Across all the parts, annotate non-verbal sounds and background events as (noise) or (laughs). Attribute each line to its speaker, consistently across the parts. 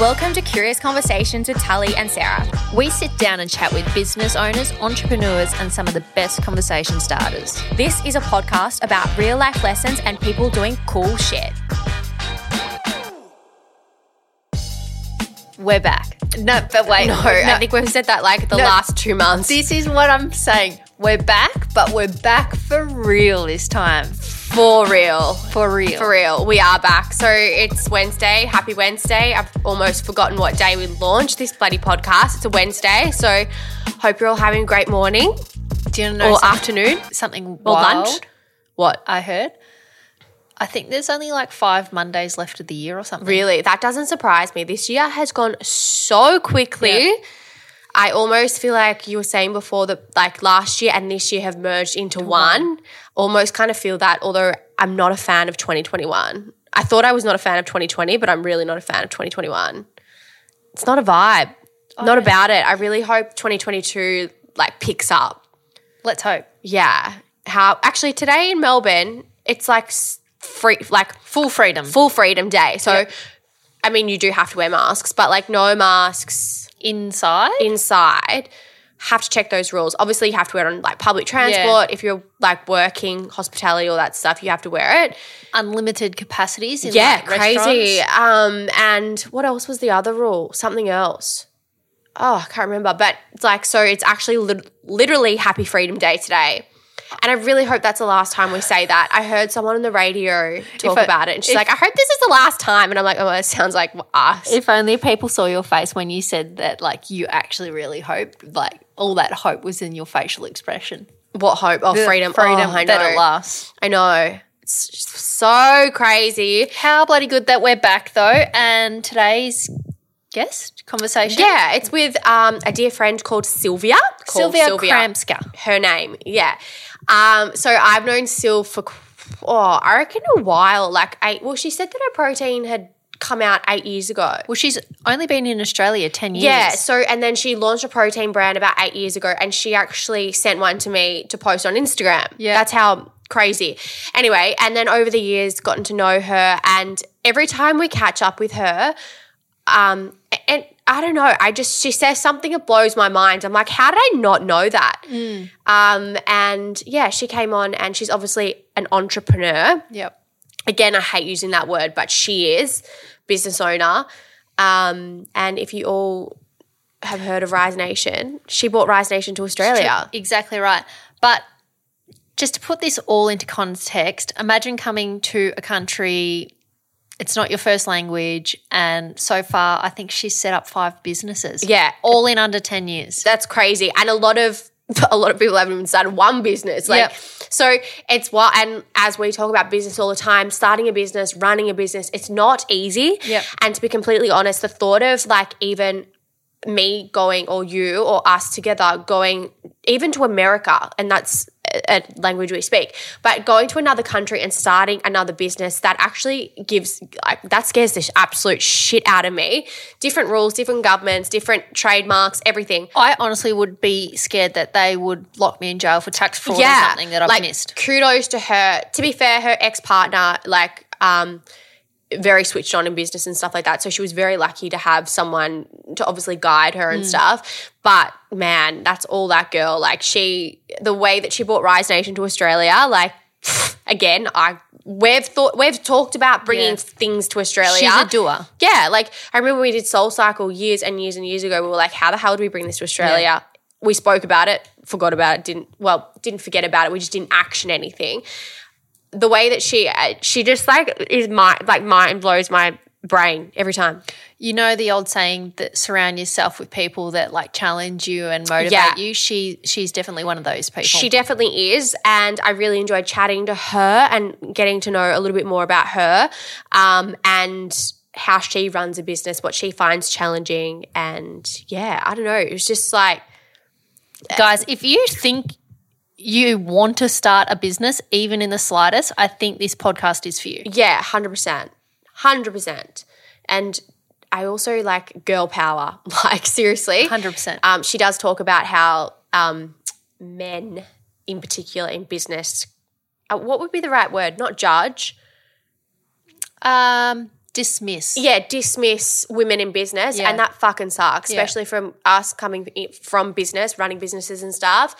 Speaker 1: Welcome to Curious Conversations with Tully and Sarah.
Speaker 2: We sit down and chat with business owners, entrepreneurs, and some of the best conversation starters.
Speaker 1: This is a podcast about real life lessons and people doing cool shit.
Speaker 2: We're back.
Speaker 1: No, but wait,
Speaker 2: No,
Speaker 1: I
Speaker 2: no.
Speaker 1: think we've said that like the
Speaker 2: No.
Speaker 1: last two months.
Speaker 2: This is what I'm saying. We're back, but we're back for real this time.
Speaker 1: for real.
Speaker 2: For real.
Speaker 1: For real, we are back. So it's Wednesday. Happy Wednesday. I've almost forgotten what day we launched this bloody podcast. It's a Wednesday. So hope you're all having a great morning
Speaker 2: Do you know
Speaker 1: or
Speaker 2: something,
Speaker 1: afternoon
Speaker 2: something
Speaker 1: or
Speaker 2: wild
Speaker 1: lunch. What?
Speaker 2: I heard. I think there's only like five Mondays left of the year or something.
Speaker 1: Really, that doesn't surprise me. This year has gone so quickly. I almost feel like you were saying before that, like last year and this year have merged into one. Almost kind of feel that, although I'm not a fan of 2021. I thought I was not a fan of 2020, but I'm really not a fan of 2021. It's not a vibe. not about it. I really hope 2022 like picks up.
Speaker 2: Let's hope.
Speaker 1: Yeah. How actually today in Melbourne, it's like s- free, like
Speaker 2: Full freedom.
Speaker 1: full freedom day. So, I mean, you do have to wear masks, but like no masks
Speaker 2: Inside.
Speaker 1: inside. Have to check those rules. Obviously, you have to wear it on like public transport. If you're like working, hospitality, all that stuff, you have to wear it.
Speaker 2: Unlimited capacities in
Speaker 1: Yeah,
Speaker 2: like, restaurants.
Speaker 1: crazy. Um, and what else was the other rule? Something else. Oh, I can't remember. But it's like, so it's actually lit- literally Happy Freedom Day today. And I really hope that's the last time we say that. I heard someone on the radio talk
Speaker 2: I-
Speaker 1: about it, and she's
Speaker 2: if-
Speaker 1: like, "I hope this is the last time." And I'm like, "Oh, it sounds like us."
Speaker 2: If only people saw your face when you said that, like you actually really hoped, like all that hope was in your facial expression.
Speaker 1: what hope? Oh, freedom,
Speaker 2: freedom
Speaker 1: Oh, I
Speaker 2: that
Speaker 1: know.
Speaker 2: it lasts.
Speaker 1: I know. It's just so crazy.
Speaker 2: How bloody good that we're back though, and today's guest conversation.
Speaker 1: Yeah, it's with um, a dear friend called Sylvia. Called
Speaker 2: Sylvia, Kramska.
Speaker 1: her name. Yeah. Um, so I've known Syl for qu- oh, I reckon a while. Like eight. Well, she said that her protein had come out eight years ago.
Speaker 2: Well, she's only been in Australia ten years.
Speaker 1: Yeah. So and then she launched a protein brand about eight years ago, and she actually sent one to me to post on Instagram.
Speaker 2: Yeah.
Speaker 1: That's how crazy. Anyway, and then over the years, gotten to know her, and every time we catch up with her, um, a- and I don't know, I just she says something that blows my mind. I'm like, how did I not know that?
Speaker 2: Mm.
Speaker 1: Um, and yeah, she came on, and she's obviously an entrepreneur
Speaker 2: Yep.
Speaker 1: again, I hate using that word, but she is business owner. Um, and if you all have heard of Rise Nation, she brought Rise Nation to Australia.
Speaker 2: Exactly right. But just to put this all into context, imagine coming to a country, it's not your first language, and so far I think she's set up five businesses.
Speaker 1: Yeah.
Speaker 2: All in under 10 years.
Speaker 1: That's crazy. And a lot of (laughs) a lot of people haven't even started one business. Like
Speaker 2: Yep.
Speaker 1: so it's what and as we talk about business all the time, starting a business, running a business, it's not easy.
Speaker 2: Yep.
Speaker 1: And to be completely honest, the thought of like even me going or you or us together going even to America, and that's a a language we speak, but going to another country and starting another business that actually gives like that scares the sh- absolute shit out of me. Different rules, different governments, different trademarks, everything.
Speaker 2: I honestly would be scared that they would lock me in jail for tax fraud or something that I've
Speaker 1: like,
Speaker 2: missed.
Speaker 1: Kudos to her. To be fair, her ex partner, like, um, very switched on in business and stuff like that. So she was very lucky to have someone to obviously guide her and
Speaker 2: Mm.
Speaker 1: stuff. But man, that's all that girl. Like she, the way that she brought Rise Nation to Australia, like (sighs) again, I we've thought we've talked about bringing
Speaker 2: Yeah.
Speaker 1: things to Australia.
Speaker 2: She's a doer.
Speaker 1: Yeah, like I remember we did Soul Cycle years and years and years ago. We were like, how the hell do we bring this to Australia? We spoke about it, forgot about it, didn't well, didn't forget about it. We just didn't action anything. The way that she uh, she just like is my like mind blows my brain every time.
Speaker 2: You know the old saying that surround yourself with people that like challenge you and motivate
Speaker 1: Yeah.
Speaker 2: you. She she's definitely one of those people.
Speaker 1: She definitely is, and I really enjoyed chatting to her and getting to know a little bit more about her um, and how she runs a business, what she finds challenging, and yeah, I don't know. It was just like
Speaker 2: Guys, if you think you want to start a business, even in the slightest, I think this podcast is for you.
Speaker 1: Yeah, hundred percent, hundred percent. And I also like girl power. (laughs) Like seriously,
Speaker 2: 100%.
Speaker 1: Um, she does talk about how um, men, in particular, in business, uh, what would be the right word? Not judge.
Speaker 2: Um, dismiss.
Speaker 1: Yeah, dismiss women in business,
Speaker 2: Yeah.
Speaker 1: and that fucking sucks, especially from us coming in- from business, running businesses and stuff.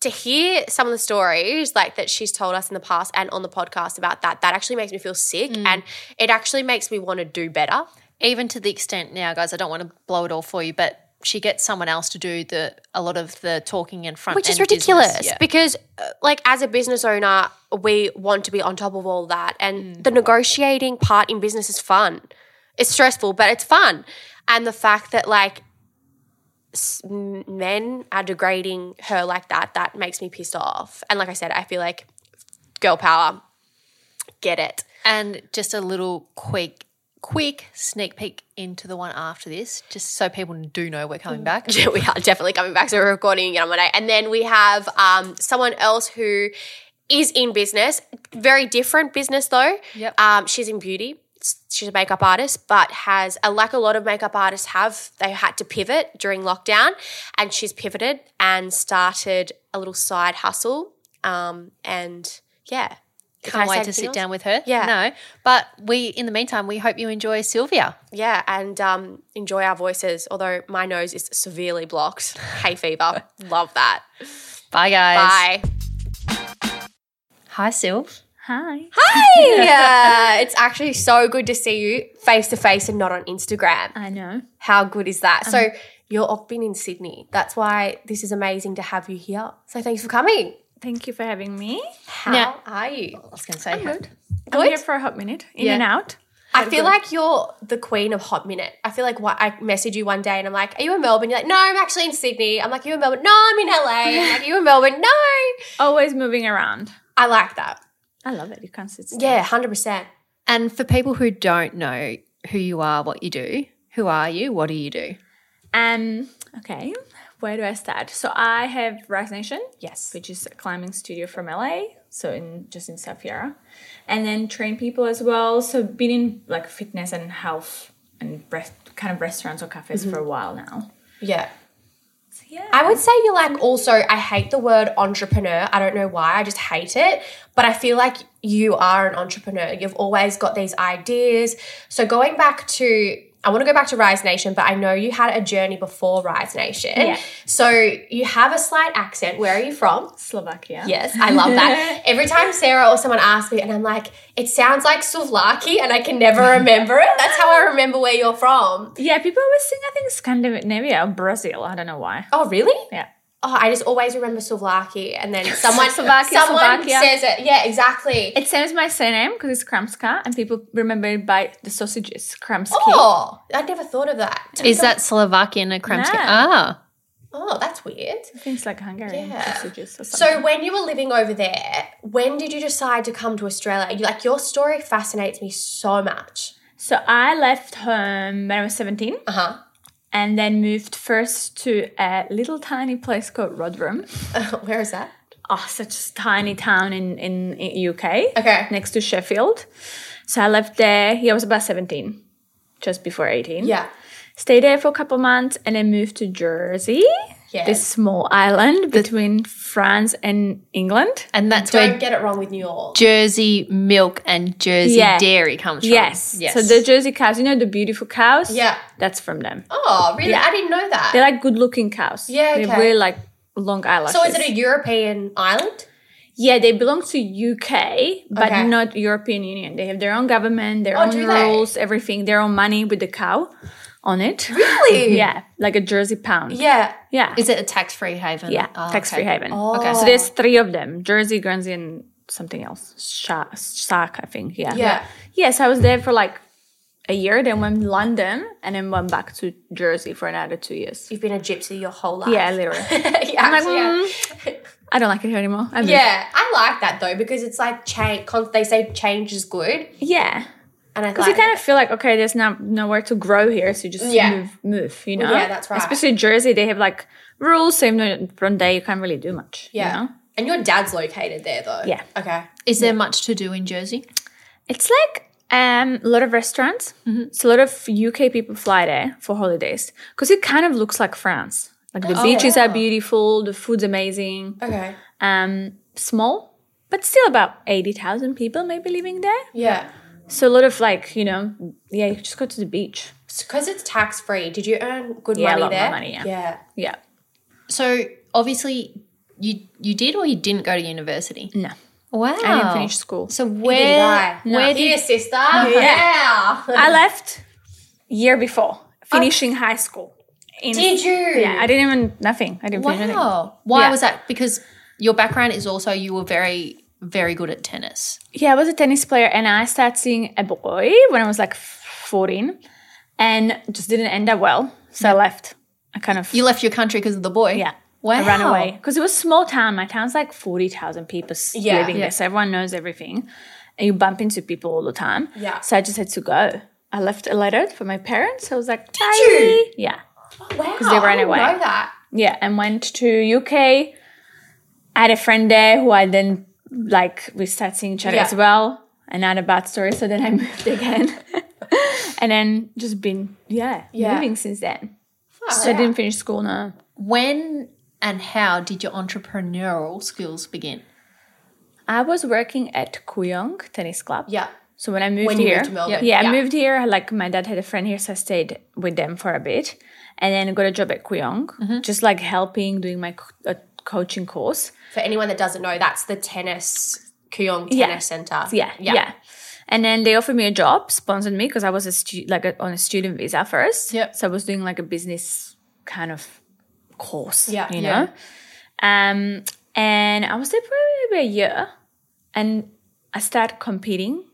Speaker 1: To hear some of the stories like that she's told us in the past and on the podcast about that, that actually makes me feel sick,
Speaker 2: Mm.
Speaker 1: and it actually makes me want to do better.
Speaker 2: Even to the extent now, guys, I don't want to blow it all for you, but she gets someone else to do the a lot of the talking in front,
Speaker 1: which is
Speaker 2: end business.
Speaker 1: ridiculous
Speaker 2: Yeah.
Speaker 1: because uh, like as a business owner we want to be on top of all that and
Speaker 2: Mm.
Speaker 1: the negotiating part in business is fun it's stressful but it's fun and the fact that like s- m- men are degrading her like that that makes me pissed off and like i said i feel like girl power get it
Speaker 2: And just a little quick, quick sneak peek into the one after this, just so people do know we're coming (laughs) back.
Speaker 1: (laughs) we are definitely coming back. So we're recording again on Monday. And then we have um, someone else who is in business, very different business though.
Speaker 2: Yep.
Speaker 1: Um, she's in beauty. S- She's a makeup artist, but has uh, like a lot of makeup artists have, they had to pivot during lockdown, and she's pivoted and started a little side hustle. Um, and yeah, Can I
Speaker 2: Can't
Speaker 1: say
Speaker 2: wait to
Speaker 1: anything
Speaker 2: sit
Speaker 1: else?
Speaker 2: down with her.
Speaker 1: Yeah.
Speaker 2: No. But we, in the meantime, we hope you enjoy Sylvia.
Speaker 1: Yeah, and um, enjoy our voices. Although my nose is severely blocked.
Speaker 2: (laughs)
Speaker 1: Hay fever, love that.
Speaker 2: Bye, guys.
Speaker 1: Bye.
Speaker 2: Hi, Sylv.
Speaker 3: Hi.
Speaker 1: (laughs) yeah, Uh, it's actually so good to see you face to face and not on Instagram.
Speaker 3: I know.
Speaker 1: How good is that? So you're off been in Sydney. That's why this is amazing to have you here. So thanks for coming.
Speaker 3: Thank you for having me.
Speaker 1: How are you?
Speaker 2: I was going to say,
Speaker 3: I'm
Speaker 1: Good?
Speaker 3: here for a hot minute. In and out.
Speaker 1: I feel like you're the queen of hot minute. I feel like what I message you one day and I'm like, "Are you in Melbourne?" You're like, "No, I'm actually in Sydney." I'm like, "You in Melbourne?" "No, I'm in LA." I'm like, "Are you in Melbourne?" "No."
Speaker 3: Always moving around.
Speaker 1: I like that.
Speaker 3: I love it. You can't sit still.
Speaker 1: Yeah, hundred percent.
Speaker 2: and for people who don't know who you are, what you do, who are you? What do you do?
Speaker 3: Um, okay. Where do I start? So I have Rise Nation.
Speaker 1: Yes.
Speaker 3: Which is a climbing studio from LA. So in just in South Yarra. And then train people as well. So been in like fitness and health and breath kind of restaurants or cafes for a while now.
Speaker 1: Yeah.
Speaker 3: So yeah.
Speaker 1: I would say you're like also, I hate the word entrepreneur. I don't know why. I just hate it. But I feel like you are an entrepreneur. You've always got these ideas. So going back to, I want to go back to Rise Nation, but I know you had a journey before Rise Nation.
Speaker 3: Yeah.
Speaker 1: So you have a slight accent. Where are you from?
Speaker 3: Slovakia.
Speaker 1: Yes, I love
Speaker 3: (laughs)
Speaker 1: that. Every time Sarah or someone asks me, and I'm like, it sounds like Suvlaki, and I can never remember it. That's how I remember where you're from.
Speaker 3: Yeah, people always think I think Scandinavia or Brazil. I don't know why.
Speaker 1: Oh, really?
Speaker 3: Yeah.
Speaker 1: Oh, I just always remember Suvlaki, and
Speaker 3: (laughs)
Speaker 1: then someone
Speaker 3: Slovakia,
Speaker 1: someone
Speaker 3: Slovakia.
Speaker 1: says it. Yeah, exactly.
Speaker 3: It says my surname because it's Kramska, and people remember it by the sausages, Kramski.
Speaker 1: oh, I never thought of that.
Speaker 2: Is that Slovakian or Kramska?
Speaker 3: No.
Speaker 2: Ah,
Speaker 1: Oh, that's weird.
Speaker 3: Things like Hungarian
Speaker 1: Yeah.
Speaker 3: sausages or something.
Speaker 1: So when you were living over there, when did you decide to come to Australia? You, like your story fascinates me so much. (laughs)
Speaker 3: So, I left home when I was 17
Speaker 1: Uh huh.
Speaker 3: and then moved first to a little tiny place called Rotherham.
Speaker 1: Where is that?
Speaker 3: Oh, such a tiny town in, in, in UK.
Speaker 1: Okay.
Speaker 3: Next to Sheffield. So I left there, yeah, I was about 17, just before 18.
Speaker 1: Yeah.
Speaker 3: Stayed there for a couple months and then moved to Jersey.
Speaker 1: Yes.
Speaker 3: This small island between France and England.
Speaker 2: and that's
Speaker 1: Don't
Speaker 2: where
Speaker 1: get it wrong with New York.
Speaker 2: Jersey milk and Jersey
Speaker 3: Yeah.
Speaker 2: dairy comes from.
Speaker 3: Yes.
Speaker 2: Yes.
Speaker 3: So the Jersey cows, you know the beautiful cows?
Speaker 1: Yeah.
Speaker 3: That's from them.
Speaker 1: Oh, really? I didn't know that.
Speaker 3: They're like good looking cows.
Speaker 1: Yeah,
Speaker 3: They
Speaker 1: okay.
Speaker 3: really like long eyelashes.
Speaker 1: so is it a European island?
Speaker 3: Yeah, they belong to UK, but
Speaker 1: Okay.
Speaker 3: not European Union. They have their own government, their
Speaker 1: Oh,
Speaker 3: own
Speaker 1: do they?
Speaker 3: rules, everything, their own money with the cow on it.
Speaker 1: Really?
Speaker 3: Yeah. Like a Jersey pound.
Speaker 1: Yeah.
Speaker 3: Yeah.
Speaker 2: Is it a tax free haven?
Speaker 3: yeah.
Speaker 2: Ah,
Speaker 3: Tax free
Speaker 2: okay.
Speaker 3: haven.
Speaker 2: Okay.
Speaker 3: So there's three of them Jersey, Guernsey, and something else. Shark, shark I think. Yeah.
Speaker 1: Yeah.
Speaker 3: Yes, I was there for like a year, then went to London, and then went back to Jersey for another two years.
Speaker 1: You've been a gypsy your whole life. (laughs)
Speaker 3: Yeah, literally.
Speaker 1: yeah,
Speaker 3: I'm like,
Speaker 1: yeah.
Speaker 3: "Mm, I don't like it here anymore. I mean,
Speaker 1: Yeah, I like that though because it's like change. Con- they say change is good,
Speaker 3: yeah.
Speaker 1: and I
Speaker 3: Because
Speaker 1: like
Speaker 3: you kind of feel like okay, there's not nowhere to grow here, so you just
Speaker 1: Yeah.
Speaker 3: move, move. You know,
Speaker 1: Well, yeah, that's right.
Speaker 3: Especially Jersey, they have like rules, so even though from there you can't really do much. you
Speaker 1: yeah.
Speaker 3: know?
Speaker 1: And your dad's located there though.
Speaker 3: Yeah.
Speaker 1: Okay.
Speaker 2: Is there much to do in Jersey?
Speaker 3: It's like um, a lot of restaurants.
Speaker 1: Mm-hmm.
Speaker 3: So a lot of UK people fly there for holidays because it kind of looks like France. Like
Speaker 1: Oh,
Speaker 3: the beaches are beautiful, the food's amazing.
Speaker 1: Okay.
Speaker 3: Um, small, but still about eighty thousand people maybe living there.
Speaker 1: Yeah.
Speaker 3: So a lot of like you know, yeah, you just go to the beach.
Speaker 1: Because it's tax free. Did you earn good
Speaker 3: Yeah, a
Speaker 1: money
Speaker 3: lot of my
Speaker 1: there?
Speaker 3: money, yeah.
Speaker 1: Yeah.
Speaker 3: Yeah,
Speaker 2: So obviously you you did or you didn't go to university.
Speaker 3: no,
Speaker 2: Wow.
Speaker 3: I didn't finish school.
Speaker 2: So
Speaker 1: Did
Speaker 2: where
Speaker 1: I?
Speaker 2: Eh, where did
Speaker 1: Here, sister. Yeah.
Speaker 3: I left year before finishing high school. In,
Speaker 1: Did you?
Speaker 3: Yeah, I didn't even nothing. I didn't finish anything.
Speaker 2: Wow. Why
Speaker 3: Yeah.
Speaker 2: was that? Because your background is also you were very very good at tennis.
Speaker 3: Yeah, I was a tennis player, and I started seeing a boy when I was like fourteen, and just didn't end up well. So I left. I kind of
Speaker 2: You left your country because of the boy.
Speaker 3: yeah.
Speaker 2: Wow.
Speaker 3: I ran away because it was small town. My town's like forty thousand people s-
Speaker 1: Yeah.
Speaker 3: living
Speaker 2: Yeah.
Speaker 3: there, so everyone knows everything, and you bump into people all the time.
Speaker 1: Yeah.
Speaker 3: So I just had to go. I left a letter for my parents. I was like, Did
Speaker 1: you?
Speaker 3: Yeah.
Speaker 1: Wow.
Speaker 3: they ran
Speaker 1: I didn't
Speaker 3: away.
Speaker 1: know that.
Speaker 3: Yeah, and went to UK. I had a friend there who I then like we started seeing each other
Speaker 1: Yeah.
Speaker 3: as well. Another bad story. So then I (laughs) moved again, and then just been yeah,
Speaker 1: Yeah.
Speaker 3: moving since then. so I didn't finish school now.
Speaker 2: When and how did your entrepreneurial skills begin?
Speaker 3: I was working at Kuyong Tennis Club.
Speaker 1: Yeah.
Speaker 3: So when I moved
Speaker 1: you
Speaker 3: here,
Speaker 1: moved to Melbourne.
Speaker 3: yeah,
Speaker 1: Yeah.
Speaker 3: I moved here. Like my dad had a friend here, so I stayed with them for a bit, and then got a job at Kuyong,
Speaker 1: Mm-hmm.
Speaker 3: just like helping, doing my co- uh, coaching course.
Speaker 1: For anyone that doesn't know, that's the tennis Kyong Tennis Center.
Speaker 3: Yeah, yeah. And then they offered me a job, sponsored me because I was a stu- like a, on a student visa first.
Speaker 2: Yep.
Speaker 3: So I was doing like a business kind of course.
Speaker 1: Yeah,
Speaker 3: You
Speaker 1: yeah.
Speaker 3: know. Um, and I was there for maybe a year, and I started competing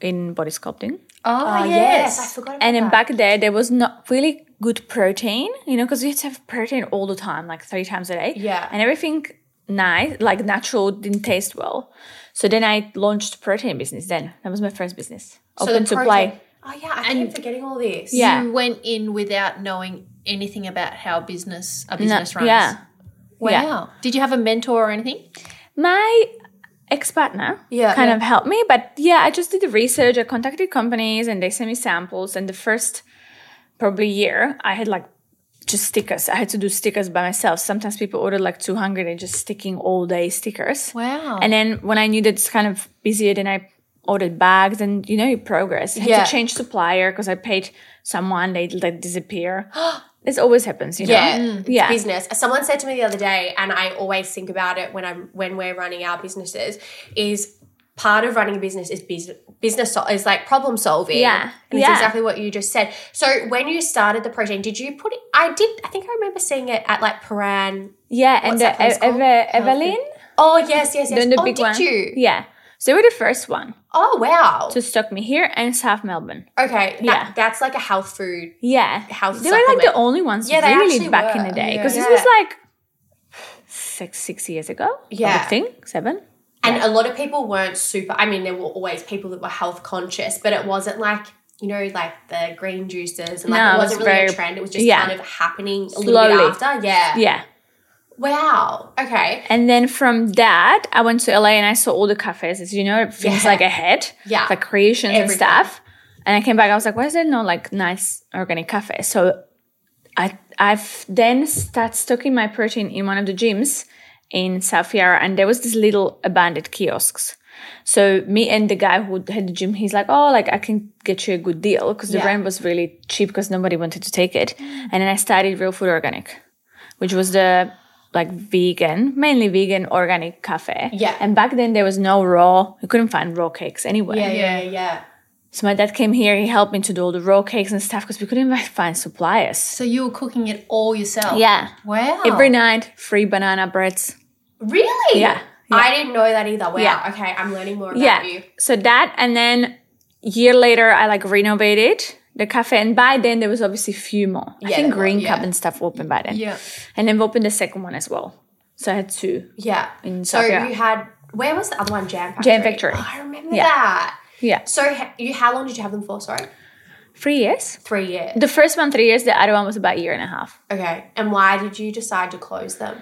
Speaker 3: in body sculpting.
Speaker 2: Oh,
Speaker 1: Oh, yes. I forgot about
Speaker 3: And then back there, there was not really good protein, you know, because you had to have protein all the time, like three times a day.
Speaker 1: Yeah.
Speaker 3: And everything nice, like natural, didn't taste well. So then I launched protein business. Then that was my first business. Open
Speaker 1: the
Speaker 3: to play.
Speaker 1: protein- Oh yeah, I keep forgetting all this.
Speaker 3: Yeah.
Speaker 2: You went in without knowing anything about how business a business runs.
Speaker 3: Yeah.
Speaker 2: Wow.
Speaker 3: yeah.
Speaker 2: Did you have a mentor or anything?
Speaker 3: My ex partner
Speaker 1: Yeah,
Speaker 3: kind
Speaker 1: yeah.
Speaker 3: of helped me, but yeah, I just did the research. I contacted companies and they sent me samples. And the first probably year, I had like just stickers. I had to do stickers by myself. Sometimes people order like 200 and just sticking all day stickers.
Speaker 2: Wow.
Speaker 3: And then when I knew that it's kind of busier, then I ordered bags and you know, you progress. I had
Speaker 1: Yeah.
Speaker 3: to change supplier because I paid someone, they
Speaker 1: (gasps)
Speaker 3: like disappear. this always happens, you know?
Speaker 1: Yeah, Mm, it's
Speaker 3: Yeah.
Speaker 1: business. Someone said to me the other day, and I always think about it when I'm when we're running our businesses. Is part of running a business is business business sol- is like problem solving.
Speaker 3: Yeah,
Speaker 1: and it's
Speaker 3: yeah.
Speaker 1: exactly what you just said. So when you started the protein, did you put it? I did. I think I remember seeing it at like Paran.
Speaker 3: Yeah, and
Speaker 1: What's
Speaker 3: the
Speaker 1: that place
Speaker 3: Ev-
Speaker 1: called?
Speaker 3: Eve- Evelyn,
Speaker 1: Oh yes, yes, yes.
Speaker 3: then the
Speaker 1: oh,
Speaker 3: big
Speaker 1: did
Speaker 3: one.
Speaker 1: you?
Speaker 3: Yeah. So they were the first one
Speaker 1: Oh wow.
Speaker 3: to stock me here and South Melbourne.
Speaker 1: okay. That,
Speaker 3: Yeah.
Speaker 1: That's like a health food.
Speaker 3: Yeah.
Speaker 1: Health
Speaker 3: they were like the
Speaker 1: supplement.
Speaker 3: only ones
Speaker 1: Yeah, they
Speaker 3: really
Speaker 1: actually
Speaker 3: back
Speaker 1: were.
Speaker 3: in the day. Because
Speaker 1: Yeah.
Speaker 3: this was
Speaker 1: Yeah.
Speaker 3: like six six years ago. I
Speaker 1: Yeah.
Speaker 3: would think. Seven.
Speaker 1: And a lot of people weren't super. I mean, there were always people that were health conscious, but it wasn't like you know, like the green juices, and like
Speaker 3: No,
Speaker 1: it
Speaker 3: it
Speaker 1: wasn't
Speaker 3: was
Speaker 1: really a
Speaker 3: very-
Speaker 1: trend. It was just
Speaker 3: yeah.
Speaker 1: kind of happening a little
Speaker 3: Slowly.
Speaker 1: bit after. Yeah.
Speaker 3: Yeah.
Speaker 1: Wow. Okay.
Speaker 3: And then from that, I went to LA and I saw all the cafes, as you know, things
Speaker 1: Yeah.
Speaker 3: like ahead,
Speaker 1: Yeah.
Speaker 3: like creations
Speaker 1: Everything.
Speaker 3: and stuff. And I came back, I was like, why is there no like nice organic cafe? So I I've then started stocking my protein in one of the gyms in South Yarra, and there was this little abandoned kiosks. So me and the guy who had the gym, he's like, "Oh, like I can get you a good deal because the
Speaker 1: Yeah.
Speaker 3: brand was really cheap because nobody wanted to take it." And then I started Real Food Organic, which was the like vegan, mainly vegan organic cafe.
Speaker 1: Yeah.
Speaker 3: And back then there was no raw. You couldn't find raw cakes anywhere.
Speaker 1: Yeah. Yeah. Yeah.
Speaker 3: So my dad came here. He helped me to do all the raw cakes and stuff because we couldn't even find suppliers.
Speaker 2: So you were cooking it all yourself.
Speaker 3: Yeah.
Speaker 2: Wow.
Speaker 3: Every night, free banana breads.
Speaker 1: Really?
Speaker 3: Yeah.
Speaker 1: I didn't know that either. Wow.
Speaker 3: Yeah.
Speaker 1: Okay. I'm learning more about
Speaker 3: Yeah.
Speaker 1: you.
Speaker 3: So that, and then year later, I like renovated the cafe, and by then there was obviously a few more. I
Speaker 1: Yeah,
Speaker 3: think
Speaker 1: there were,
Speaker 3: Green Cup
Speaker 1: yeah.
Speaker 3: and stuff opened by then.
Speaker 1: Yeah.
Speaker 3: and then we opened the second one as well. So I had two.
Speaker 1: Yeah.
Speaker 3: In
Speaker 1: so
Speaker 3: South Yarra.
Speaker 1: you had where was the other one? Jam Factory.
Speaker 3: Jam Factory.
Speaker 1: Oh, I remember
Speaker 3: Yeah.
Speaker 1: that.
Speaker 3: Yeah,
Speaker 1: So h- you, how long did you have them for? Sorry,
Speaker 3: three years.
Speaker 1: three years.
Speaker 3: The first one three years. The other one was about a year and a half.
Speaker 1: Okay. And why did you decide to close them?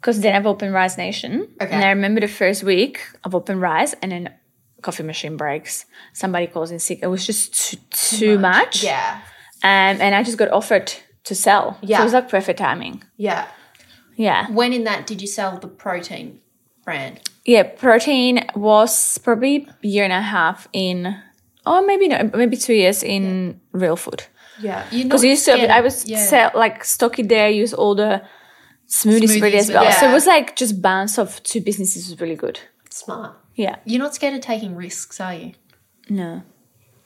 Speaker 3: Because then I've opened Rise Nation.
Speaker 1: Okay.
Speaker 3: And I remember the first week of open Rise and then coffee machine breaks. Somebody calls in sick. It was just too, too much.
Speaker 1: Yeah.
Speaker 3: Um, and I just got offered to sell. So
Speaker 1: Yeah.
Speaker 3: it was like perfect timing.
Speaker 1: Yeah.
Speaker 3: Yeah.
Speaker 2: When in that did you sell the protein brand?
Speaker 3: Yeah. Protein was probably a year and a half in, or maybe no, maybe two years in real food.
Speaker 1: Yeah.
Speaker 3: Because you used to,
Speaker 2: Yeah.
Speaker 3: I was
Speaker 2: Yeah.
Speaker 3: sell, like stock it there, use all the smoothies,
Speaker 2: Smoothies,
Speaker 3: ready as well.
Speaker 1: yeah.
Speaker 3: So it was like just balance of two businesses was really good.
Speaker 1: Smart.
Speaker 3: Yeah.
Speaker 2: You're not scared of taking risks, are you?
Speaker 3: No.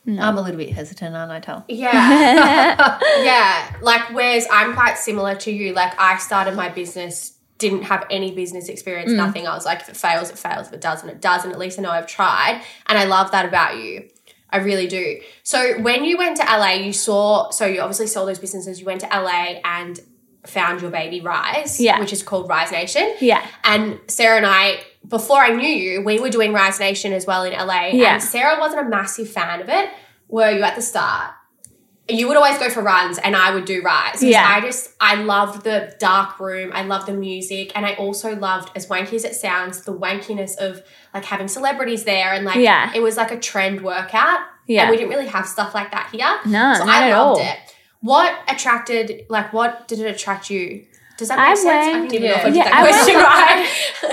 Speaker 2: I'm a little bit hesitant, aren't I, Tal?
Speaker 1: Yeah.
Speaker 3: (laughs)
Speaker 1: (laughs) yeah. Like, whereas I'm quite similar to you. Like, I started my business, didn't have any business
Speaker 3: Mm.
Speaker 1: experience, nothing. I was like, if it fails, it fails. If it doesn't, it doesn't. At least I know I've tried. And I love that about you. I really do. So, when you went to LA, you saw, so you obviously saw those businesses. You went to LA and found your baby Rise,
Speaker 3: Yeah.
Speaker 1: which is called Rise Nation.
Speaker 3: Yeah.
Speaker 1: And Sarah and I, before I knew you, we were doing Rise Nation as well in LA.
Speaker 3: Yeah.
Speaker 1: And Sarah wasn't a massive fan of it. Were you at the start? You would always go for runs, and I would do rides. 'Cause
Speaker 3: Yeah.
Speaker 1: I just I loved the dark room. I loved the music, and I also loved, as wanky as it sounds, the wankiness of like having celebrities there, and like
Speaker 3: Yeah.
Speaker 1: it was like a trend workout.
Speaker 3: Yeah.
Speaker 1: and we didn't really have stuff like that here.
Speaker 3: No,
Speaker 1: so
Speaker 3: not
Speaker 1: I
Speaker 3: at
Speaker 1: loved
Speaker 3: all.
Speaker 1: it. What attracted? Like, what did it attract you? Does that make
Speaker 3: I
Speaker 1: sense? I
Speaker 3: went-
Speaker 1: didn't even know if I
Speaker 2: Yeah.
Speaker 1: did
Speaker 3: Yeah,
Speaker 1: that
Speaker 3: I
Speaker 1: question
Speaker 3: went-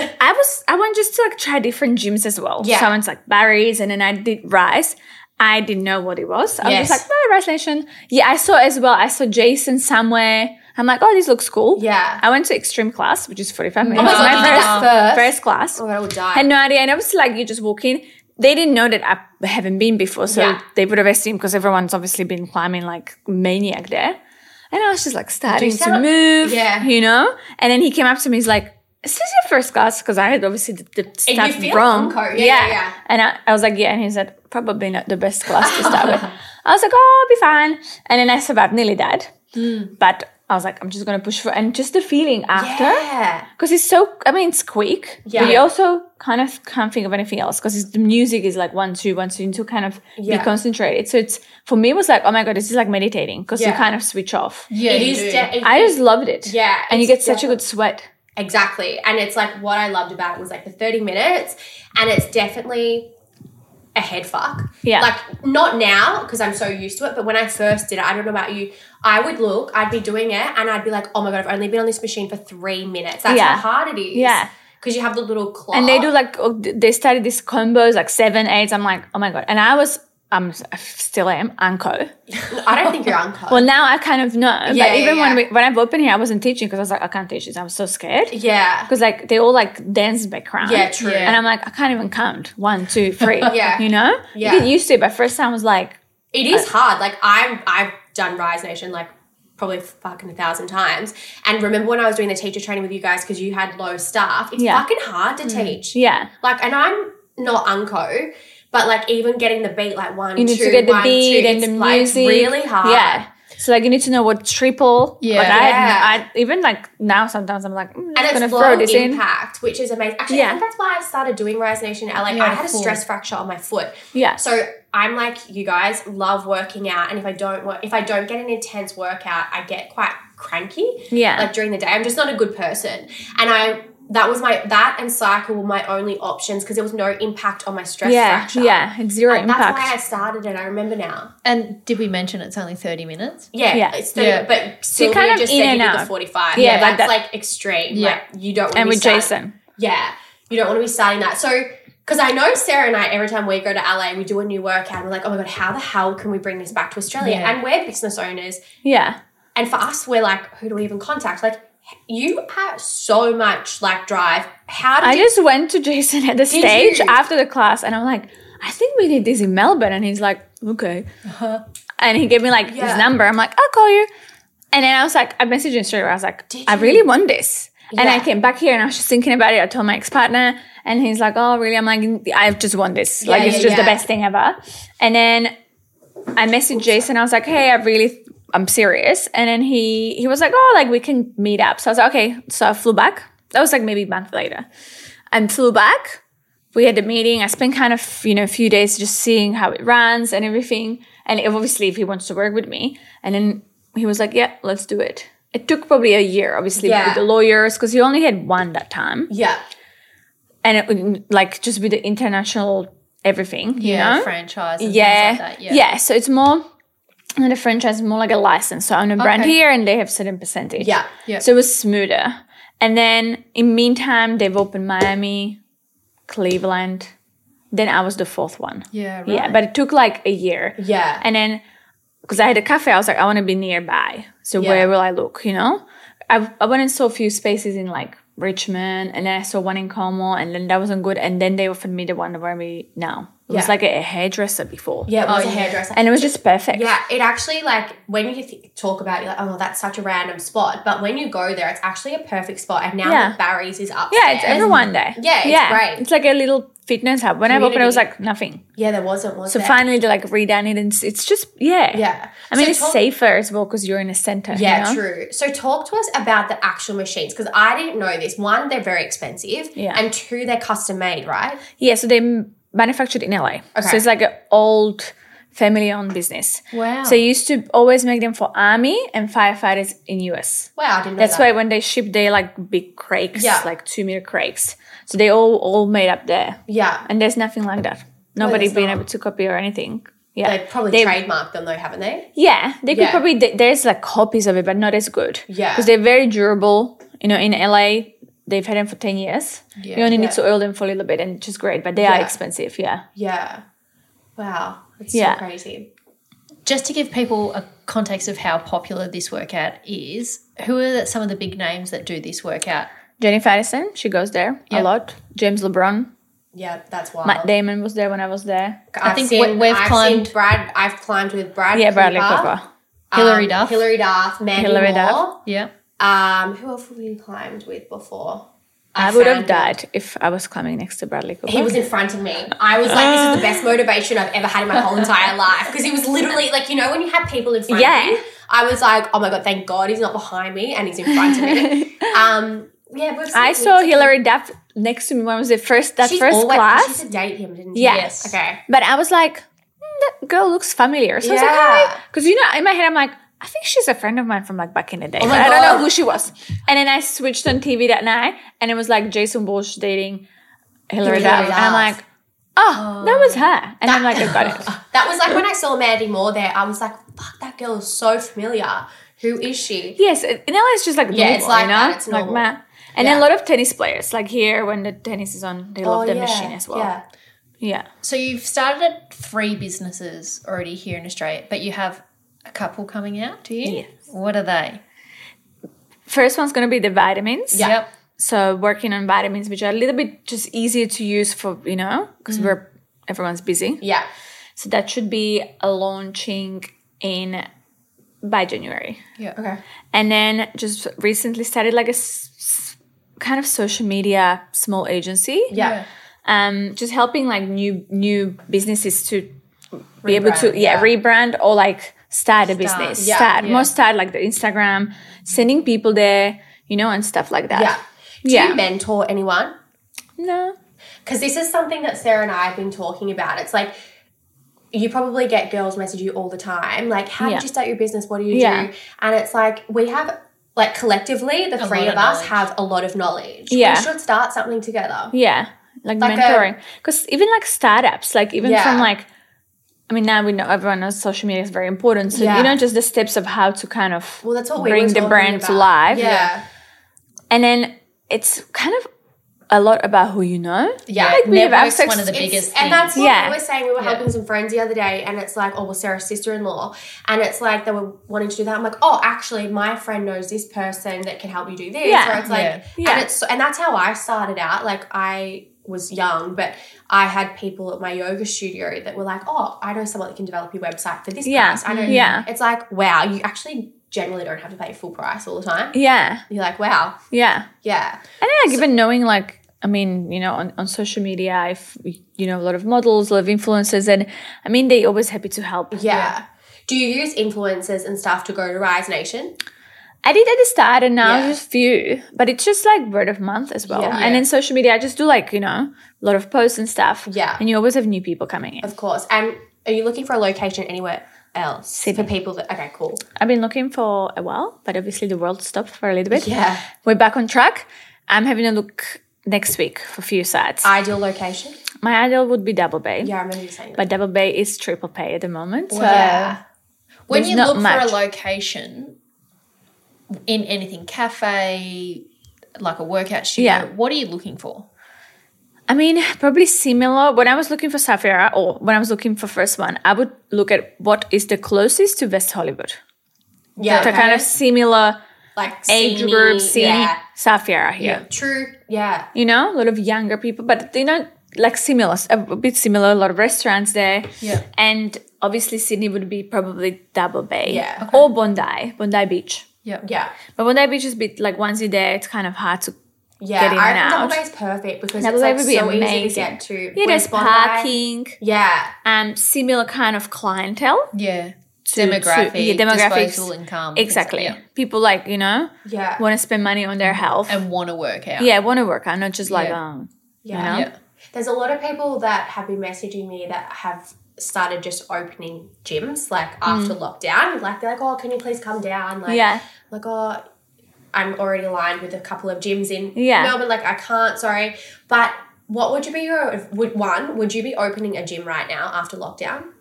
Speaker 1: (laughs) right.
Speaker 3: I was I went just to like try different gyms as well.
Speaker 1: Yeah.
Speaker 3: So I went to like Barry's and then I did Rise. I didn't know what it was. I
Speaker 1: Yes.
Speaker 3: was just like, oh, Rise Nation. Yeah, I saw as well. I saw Jason somewhere. I'm like, oh, this looks cool.
Speaker 1: Yeah. Oh
Speaker 3: I went to Extreme Class, which is 45 minutes.
Speaker 1: my God, you did that first?
Speaker 3: first class.
Speaker 1: Oh my God, I would die.
Speaker 3: Had no idea. And I was like, you just walk in. They didn't know that I haven't been before. So
Speaker 1: Yeah.
Speaker 3: they would have assumed because everyone's obviously been climbing like maniac there. And I was just like starting to
Speaker 1: sound-
Speaker 3: move.
Speaker 1: Yeah.
Speaker 3: You know? And then he came up to me, he's like, is this your first class? Because I had obviously the, the
Speaker 1: And you
Speaker 3: stuff
Speaker 1: feel
Speaker 3: wrong.
Speaker 1: Unco. Yeah, yeah, yeah.
Speaker 3: And I, I was like, yeah. And he said, probably not the best class to start
Speaker 1: (laughs)
Speaker 3: with. I was like, oh, I'll be fine. And then I survived, nearly died.
Speaker 1: Mm.
Speaker 3: But I was like, I'm just going to push for And just the feeling after
Speaker 1: Yeah.
Speaker 3: because it's so i mean it's quick
Speaker 1: Yeah.
Speaker 3: but you also kind of can't think of anything else because the music is like one two one two and two kind of
Speaker 1: Yeah.
Speaker 3: be concentrated so it's for me it was like oh my god this is like meditating because you
Speaker 1: Yeah.
Speaker 3: kind of switch off
Speaker 2: Yeah,
Speaker 1: It is. de- it-
Speaker 3: i just loved it
Speaker 1: Yeah,
Speaker 3: and you
Speaker 1: it's
Speaker 3: get such a good sweat
Speaker 1: Exactly. And it's like what I loved about it was like the 30 minutes and it's definitely a head fuck.
Speaker 3: Yeah.
Speaker 1: Like not now because I'm so used to it, but when I first did it, I don't know about you, I would look, I'd be doing it and I'd be like, "Oh my god, I've only been on this machine for 3 minutes." That's
Speaker 3: Yeah.
Speaker 1: how hard it is.
Speaker 3: Yeah.
Speaker 1: Cuz you have the little clock.
Speaker 3: and they do like oh, th- they started these combos like seven eights i'm like oh my god and i was i'm I still am anko
Speaker 1: I don't think you're uncle.
Speaker 3: well now i kind of know
Speaker 1: Yeah,
Speaker 3: but even
Speaker 1: yeah,
Speaker 3: when
Speaker 1: yeah.
Speaker 3: we, when i've opened here i wasn't teaching because i was like i can't teach this i'm so scared
Speaker 1: yeah.
Speaker 3: because like they all like dance background.
Speaker 1: Yeah, true.
Speaker 3: And I'm like, I can't even count one, two, three.
Speaker 1: (laughs) Yeah.
Speaker 3: you know,
Speaker 1: Yeah.
Speaker 3: you get used to it. But first time was like,
Speaker 1: It is hard. Like I'm, I've done Rise Nation like probably fucking a thousand times. And remember when I was doing the teacher training with you guys because you had low staff. It's
Speaker 3: Yeah. Mm.
Speaker 1: fucking hard to teach.
Speaker 3: yeah,
Speaker 1: Like, and I'm not unco, but like even getting the beat, like one,
Speaker 3: you need
Speaker 1: two,
Speaker 3: to get the
Speaker 1: one, two,
Speaker 3: beat and
Speaker 1: it's,
Speaker 3: the
Speaker 1: like,
Speaker 3: music.
Speaker 1: really hard.
Speaker 3: Yeah. So like you need to know what triple.
Speaker 2: Yeah.
Speaker 3: Like, I, had-
Speaker 1: Yeah.
Speaker 3: I even like now sometimes I'm like, mm,
Speaker 1: And
Speaker 3: I'm gonna
Speaker 1: it's
Speaker 3: throw
Speaker 1: low
Speaker 3: this in.
Speaker 1: impact, which is amazing. Actually, I
Speaker 3: Yeah.
Speaker 1: think that's why I started doing Rise Nation. in LA.
Speaker 2: Yeah,
Speaker 1: I had a
Speaker 2: cool.
Speaker 1: stress fracture on my foot.
Speaker 3: Yeah.
Speaker 1: So I'm like you guys, love working out, and if I don't work, if I don't get an intense workout, I get quite cranky.
Speaker 3: Yeah.
Speaker 1: Like during the day, I'm just not a good person, and I that was my that and cycle were my only options because there was no impact on my stress
Speaker 3: yeah,
Speaker 1: fracture.
Speaker 3: yeah, it's zero
Speaker 1: And
Speaker 3: impact.
Speaker 1: That's why I started it. I remember now.
Speaker 2: And did we mention it's only 30 minutes?
Speaker 1: Yeah,
Speaker 3: Yeah.
Speaker 1: it's thirty,
Speaker 2: Yeah.
Speaker 1: but Sylvia
Speaker 3: kind of
Speaker 1: just
Speaker 3: in
Speaker 1: said you
Speaker 3: and
Speaker 1: did the
Speaker 3: out.
Speaker 1: forty-five.
Speaker 3: Yeah,
Speaker 1: Yeah,
Speaker 3: like
Speaker 1: that's
Speaker 3: that-
Speaker 1: like extreme.
Speaker 2: Yeah.
Speaker 1: like you don't. Want
Speaker 3: and
Speaker 1: to be
Speaker 3: with
Speaker 1: starting-
Speaker 3: Jason,
Speaker 1: yeah, you don't want to be starting that. So, because I know Sarah and I, every time we go to LA, we do a new workout. And we're like, oh my god, how the hell can we bring this back to Australia?
Speaker 2: Yeah.
Speaker 1: And we're business owners,
Speaker 3: yeah,
Speaker 1: and for us, we're like, who do we even contact? Like, you have so much like drive. How did
Speaker 3: I
Speaker 1: you?
Speaker 3: just went to Jason at the
Speaker 1: Did
Speaker 3: stage
Speaker 1: you?
Speaker 3: after the class, and I'm like, I think we did this in Melbourne, and he's like, okay. And he gave me like
Speaker 1: Uh-huh. Yeah.
Speaker 3: his number. I'm like, I'll call you. And then I was like, I messaged him straight away. I was like,
Speaker 1: Did
Speaker 3: I
Speaker 1: you?
Speaker 3: really want this. And I came back here and I was just thinking about it. I told my ex partner, and he's like, "Oh, really?" I'm like, "I've just won this. like, it's
Speaker 2: yeah,
Speaker 3: just the
Speaker 2: yeah.
Speaker 3: best thing ever." And then I messaged Jason. I was like, "Hey, I really, I'm serious." And then he he was like, "Oh, like we can meet up." So I was like, "Okay." So I flew back. That was like maybe a month later. I flew back. We had a meeting. I spent kind of you know a few days just seeing how it runs and everything. And obviously, if he wants to work with me, and then he was like, "Yeah, let's do it." It took probably a year, obviously,
Speaker 2: Yeah.
Speaker 3: with the lawyers because he only had one that time,
Speaker 2: Yeah.
Speaker 3: and it, would- like just with the international everything, you
Speaker 2: Yeah.
Speaker 3: know?
Speaker 2: Franchise. And
Speaker 3: yeah.
Speaker 2: Things like that.
Speaker 3: yeah,
Speaker 2: Yeah.
Speaker 3: So it's more not a franchise, it's more like a license. So I'm a brand
Speaker 2: Okay.
Speaker 3: here, and they have certain percentage.
Speaker 2: Yeah. Yeah.
Speaker 3: So it was smoother. And then in meantime, they've opened Miami, Cleveland. Then I was the fourth one.
Speaker 2: yeah. Right.
Speaker 3: Yeah, but it took like a year.
Speaker 2: Yeah.
Speaker 3: And then, because I had a cafe, I was like, I want to be nearby. So
Speaker 2: Yeah.
Speaker 3: where will I look? You know, I, I went and saw a few spaces in like Richmond, and then I saw one in Como, and then that wasn't good. And then they offered me the one where we now. It was
Speaker 2: Yeah.
Speaker 3: like a, a hairdresser before.
Speaker 1: Yeah, it was
Speaker 2: Oh,
Speaker 1: a
Speaker 2: yeah.
Speaker 1: hairdresser.
Speaker 3: And it was just perfect.
Speaker 1: Yeah, it actually like when you th- talk about it, you're like, oh, that's such a random spot. But when you go there, it's actually a perfect spot. And now
Speaker 3: Yeah.
Speaker 1: that Barry's is up.
Speaker 3: Yeah, it's everyone there.
Speaker 1: Yeah, it's great.
Speaker 3: It's like a little fitness hub. When I opened, it was
Speaker 1: Community.
Speaker 3: like nothing.
Speaker 1: Yeah, there wasn't was
Speaker 3: So
Speaker 1: there?
Speaker 3: finally, they like redone it, and it's, it's just yeah.
Speaker 1: Yeah.
Speaker 3: I mean,
Speaker 1: So
Speaker 3: it's
Speaker 1: talk-
Speaker 3: safer as well because you're in a center. you
Speaker 1: Yeah,
Speaker 3: know?
Speaker 1: true. So talk to us about the actual machines because I didn't know this. One, they're very expensive.
Speaker 3: Yeah.
Speaker 1: And two, they're custom made, right?
Speaker 3: Yeah, so they m- manufactured in LA. So
Speaker 1: Okay.
Speaker 3: it's like an old family-owned business.
Speaker 2: Wow.
Speaker 3: So you used to always make them for army and firefighters in US.
Speaker 1: Wow, I didn't know
Speaker 3: That's
Speaker 1: that.
Speaker 3: why when they ship, they like big crakes,
Speaker 1: Yeah.
Speaker 3: like two meter crakes. So they all all made up there,
Speaker 1: Yeah.
Speaker 3: and there's nothing like that. Nobody
Speaker 1: there's
Speaker 3: being
Speaker 1: not.
Speaker 3: able to copy or anything. Yeah,
Speaker 1: They've probably
Speaker 3: They-
Speaker 1: trademarked them though, haven't they?
Speaker 3: Yeah, they could
Speaker 1: Yeah.
Speaker 3: probably th- there's like copies of it, but not as good.
Speaker 1: Yeah.
Speaker 3: because they're very durable. You know, in LA, they've had them for ten years. you only
Speaker 1: Yeah.
Speaker 3: need to oil them for a little bit, and which is great. But they are
Speaker 1: Yeah.
Speaker 3: expensive. Yeah.
Speaker 1: Yeah. Wow. That's
Speaker 3: Yeah.
Speaker 1: so crazy.
Speaker 2: Just to give people a context of how popular this workout is, who are some of the big names that do this workout?
Speaker 3: Jennifer Addison, she goes there
Speaker 2: Yeah.
Speaker 3: a lot. James LeBron,
Speaker 1: Uh-huh. Yeah, that's wild.
Speaker 3: Matt Damon was there when I was there.
Speaker 1: I've
Speaker 2: think
Speaker 1: seen,
Speaker 2: we- we've
Speaker 1: I've
Speaker 2: climbed-
Speaker 1: Seen Brad, I've climbed with Brad.
Speaker 3: Yeah, Bradley Cooper.
Speaker 1: um,
Speaker 2: Hilary Duff.
Speaker 1: Hilary Duff. Mandy
Speaker 3: Hilary
Speaker 1: Moore.
Speaker 3: Duff.
Speaker 2: Yeah.
Speaker 1: Um, who else have we climbed with before?
Speaker 3: I would have
Speaker 1: found-
Speaker 3: died if I was climbing next to Bradley Cooper.
Speaker 1: He was in front of me. I was like, this is the
Speaker 3: (laughs)
Speaker 1: best motivation I've ever had in my whole entire life. Because he was literally like, you know, when you have people in front
Speaker 3: Yeah.
Speaker 1: of you, I was like, oh my God, thank God he's not behind me and he's in front of me.
Speaker 3: (laughs)
Speaker 1: um, yeah, we've seen
Speaker 3: I
Speaker 1: him.
Speaker 3: saw Hilary Duff next to me when I was the first that
Speaker 1: She's
Speaker 3: first
Speaker 1: always- She
Speaker 3: class.
Speaker 1: used to date him, didn't she?
Speaker 3: Yes.
Speaker 1: Okay.
Speaker 3: But I was like, "Hmm, that girl looks familiar. So I was like,
Speaker 1: Yeah.
Speaker 3: hi. Because you know, in my head, I'm like, I think she's a friend of mine from like back in the day.
Speaker 1: Oh my
Speaker 3: but I don't know
Speaker 1: God.
Speaker 3: who she was. And then I switched on TV that night and it was like Jason Walsh dating Hilary
Speaker 1: Hilary
Speaker 3: Duff. And
Speaker 1: Duff.
Speaker 3: I'm like, oh, that was her. And I'm like,
Speaker 1: (laughs)
Speaker 3: I got it.
Speaker 1: That was like when I saw Mandy Moore there, I was like, fuck, that girl is so familiar. Who is she?
Speaker 3: Yes, it- in LA it's just like normal,
Speaker 1: Yeah, it's like
Speaker 3: you know?
Speaker 1: that, it's
Speaker 3: like
Speaker 1: normal.
Speaker 3: man. And then a
Speaker 1: Yeah. Oh,
Speaker 3: lot of tennis players, like here when the tennis is on, they love the machine as well.
Speaker 1: Yeah.
Speaker 3: Yeah. yeah.
Speaker 2: So you've started three businesses already here in Australia, but you have a couple coming out, do you?
Speaker 3: Yes.
Speaker 2: What are they?
Speaker 3: First one's gonna be the vitamins.
Speaker 1: Yeah.
Speaker 2: Yep.
Speaker 3: So working on vitamins, which are a little bit just easier to use for you
Speaker 1: Mm.
Speaker 3: know because we're everyone's busy.
Speaker 1: Yeah.
Speaker 3: So that should be a launching in by January,
Speaker 2: Yeah.
Speaker 1: Okay.
Speaker 3: and then just recently started like a s- s- kind of social media small agency.
Speaker 1: Yeah.
Speaker 3: Um, just helping like new new businesses to be able to
Speaker 1: Rebrand, yeah.
Speaker 3: yeah, rebrand or like start a business.
Speaker 1: yeah,
Speaker 3: start
Speaker 2: yeah.
Speaker 3: more start like the Instagram, sending people there, you know, and stuff like that.
Speaker 1: Yeah. Do
Speaker 3: Yeah.
Speaker 1: you mentor anyone?
Speaker 3: No.
Speaker 1: because this is something that Sarah and I have been talking about. It's like you probably get girls message you all the time, like, "How
Speaker 3: Yeah.
Speaker 1: did you start your business? What do you
Speaker 3: Yeah.
Speaker 1: do?" And it's like we have, like, collectively, the three
Speaker 2: lot
Speaker 1: of,
Speaker 2: of
Speaker 1: us
Speaker 2: knowledge.
Speaker 1: have a lot of knowledge.
Speaker 3: Yeah.
Speaker 1: we should start something together.
Speaker 3: Yeah, like,
Speaker 1: Like a-
Speaker 3: mentoring. Because even like startups, like even
Speaker 1: Yeah.
Speaker 3: from like, I mean, now we know everyone knows social media is very important. So
Speaker 1: Yeah.
Speaker 3: you know, just the steps of how to kind of
Speaker 1: Well, that's what we
Speaker 3: bring
Speaker 1: were
Speaker 3: the
Speaker 1: talking
Speaker 3: brand to
Speaker 1: about.
Speaker 3: life,
Speaker 1: Yeah,
Speaker 3: and then it's kind of a lot about who you know.
Speaker 1: yeah.
Speaker 3: like we have
Speaker 2: Network's
Speaker 3: access.
Speaker 2: one of the
Speaker 1: It's-
Speaker 2: biggest
Speaker 1: and that's
Speaker 2: things.
Speaker 1: what
Speaker 3: Yeah.
Speaker 1: we were saying. We were helping some friends the other day, and it's like, oh, well, Sarah's sister in law, and it's like they were wanting to do that. I'm like, oh, actually, my friend knows this person that can help you do this.
Speaker 3: Yeah.
Speaker 1: Or it's like,
Speaker 2: Yeah.
Speaker 3: Yeah.
Speaker 1: and it's and that's how I started out. Like I was young, but I had people at my yoga studio that were like, oh, I know someone that can develop your website for this
Speaker 3: Yeah.
Speaker 1: price. I know.
Speaker 3: Yeah.
Speaker 1: It's like, wow, you actually generally don't have to pay full price all the time.
Speaker 3: Yeah.
Speaker 1: You're like, wow,
Speaker 3: Yeah.
Speaker 1: yeah,
Speaker 3: And then, like, even knowing, like, I mean, you know, on, on social media, if you know, a lot of models, a lot of influencers, and I mean, they always happy to help.
Speaker 1: yeah. Do you use influencers and stuff to go to Rise Nation?
Speaker 3: I did at the start, and now
Speaker 1: Yeah.
Speaker 3: just few, but it's just like word of mouth as well.
Speaker 1: Yeah.
Speaker 3: And in social media, I just do like you know, a lot of posts and stuff.
Speaker 1: Yeah.
Speaker 3: and you always have new people coming in.
Speaker 1: Of course. And are you looking for a location anywhere else for people that? Okay, cool.
Speaker 3: I've been looking for a while, but obviously the world stopped for a little bit.
Speaker 1: Yeah.
Speaker 3: we're back on track. I'm having a look next week for a few sites.
Speaker 1: Ideal location.
Speaker 3: My ideal would be Double Bay,
Speaker 1: Uh, Yeah, I remember you saying that.
Speaker 3: but uh, Double Bay is triple pay at the moment. So
Speaker 1: yeah.
Speaker 2: when
Speaker 3: There's
Speaker 2: you
Speaker 3: not
Speaker 2: look
Speaker 3: much.
Speaker 2: for a location in anything cafe like a workout studio
Speaker 3: Yeah.
Speaker 2: what are you looking for
Speaker 3: I mean, probably similar. When I was looking for Safira or when I was looking for first one, I would look at what is the closest to West Hollywood.
Speaker 1: Yeah,
Speaker 3: So kind of similar
Speaker 1: like
Speaker 3: age
Speaker 1: scenery,
Speaker 3: group, scene,
Speaker 1: Yeah.
Speaker 3: Safira here.
Speaker 1: True. Yeah.
Speaker 3: You know, a lot of younger people, but you know, like similar, a bit similar, a lot of restaurants there.
Speaker 2: Yeah.
Speaker 3: And obviously Sydney would be probably Double Bay.
Speaker 1: Yeah.
Speaker 3: Or Bondi, Bondi Beach.
Speaker 2: yeah
Speaker 1: Yeah.
Speaker 3: But Bondi Beach is a bit like once you're there, it's kind of hard to
Speaker 1: Yeah.
Speaker 3: Getting
Speaker 1: I reckon
Speaker 3: out.
Speaker 1: Double Bay is perfect because
Speaker 3: Double
Speaker 1: it's
Speaker 3: Bay
Speaker 1: like
Speaker 3: would be
Speaker 1: so easy to
Speaker 3: amazing.
Speaker 1: get to.
Speaker 3: Yeah, there's
Speaker 1: Whereas Bondi-
Speaker 3: parking,
Speaker 1: Yeah.
Speaker 3: um, similar kind of clientele.
Speaker 2: yeah
Speaker 3: demographic,
Speaker 2: demographic
Speaker 3: yeah, demographics.
Speaker 2: disposable income things like-
Speaker 3: Exactly.
Speaker 2: yeah.
Speaker 3: People like, you know,
Speaker 1: Yeah.
Speaker 3: want to spend money on their health.
Speaker 2: and want to work out
Speaker 3: yeah, want to work out, not just like,
Speaker 2: Yeah.
Speaker 3: um,
Speaker 1: Yeah.
Speaker 3: you know?
Speaker 2: Yeah.
Speaker 1: There's a lot of people that have been messaging me that have started just opening gyms like after lockdown. Like they're like, oh, can you please come down? Like,
Speaker 3: Mm. Yeah.
Speaker 1: Like, oh, I'm already aligned with a couple of gyms in
Speaker 3: Yeah.
Speaker 1: Melbourne. Like I can't, sorry. But what would you be your would one? Would you be opening a gym right now after lockdown?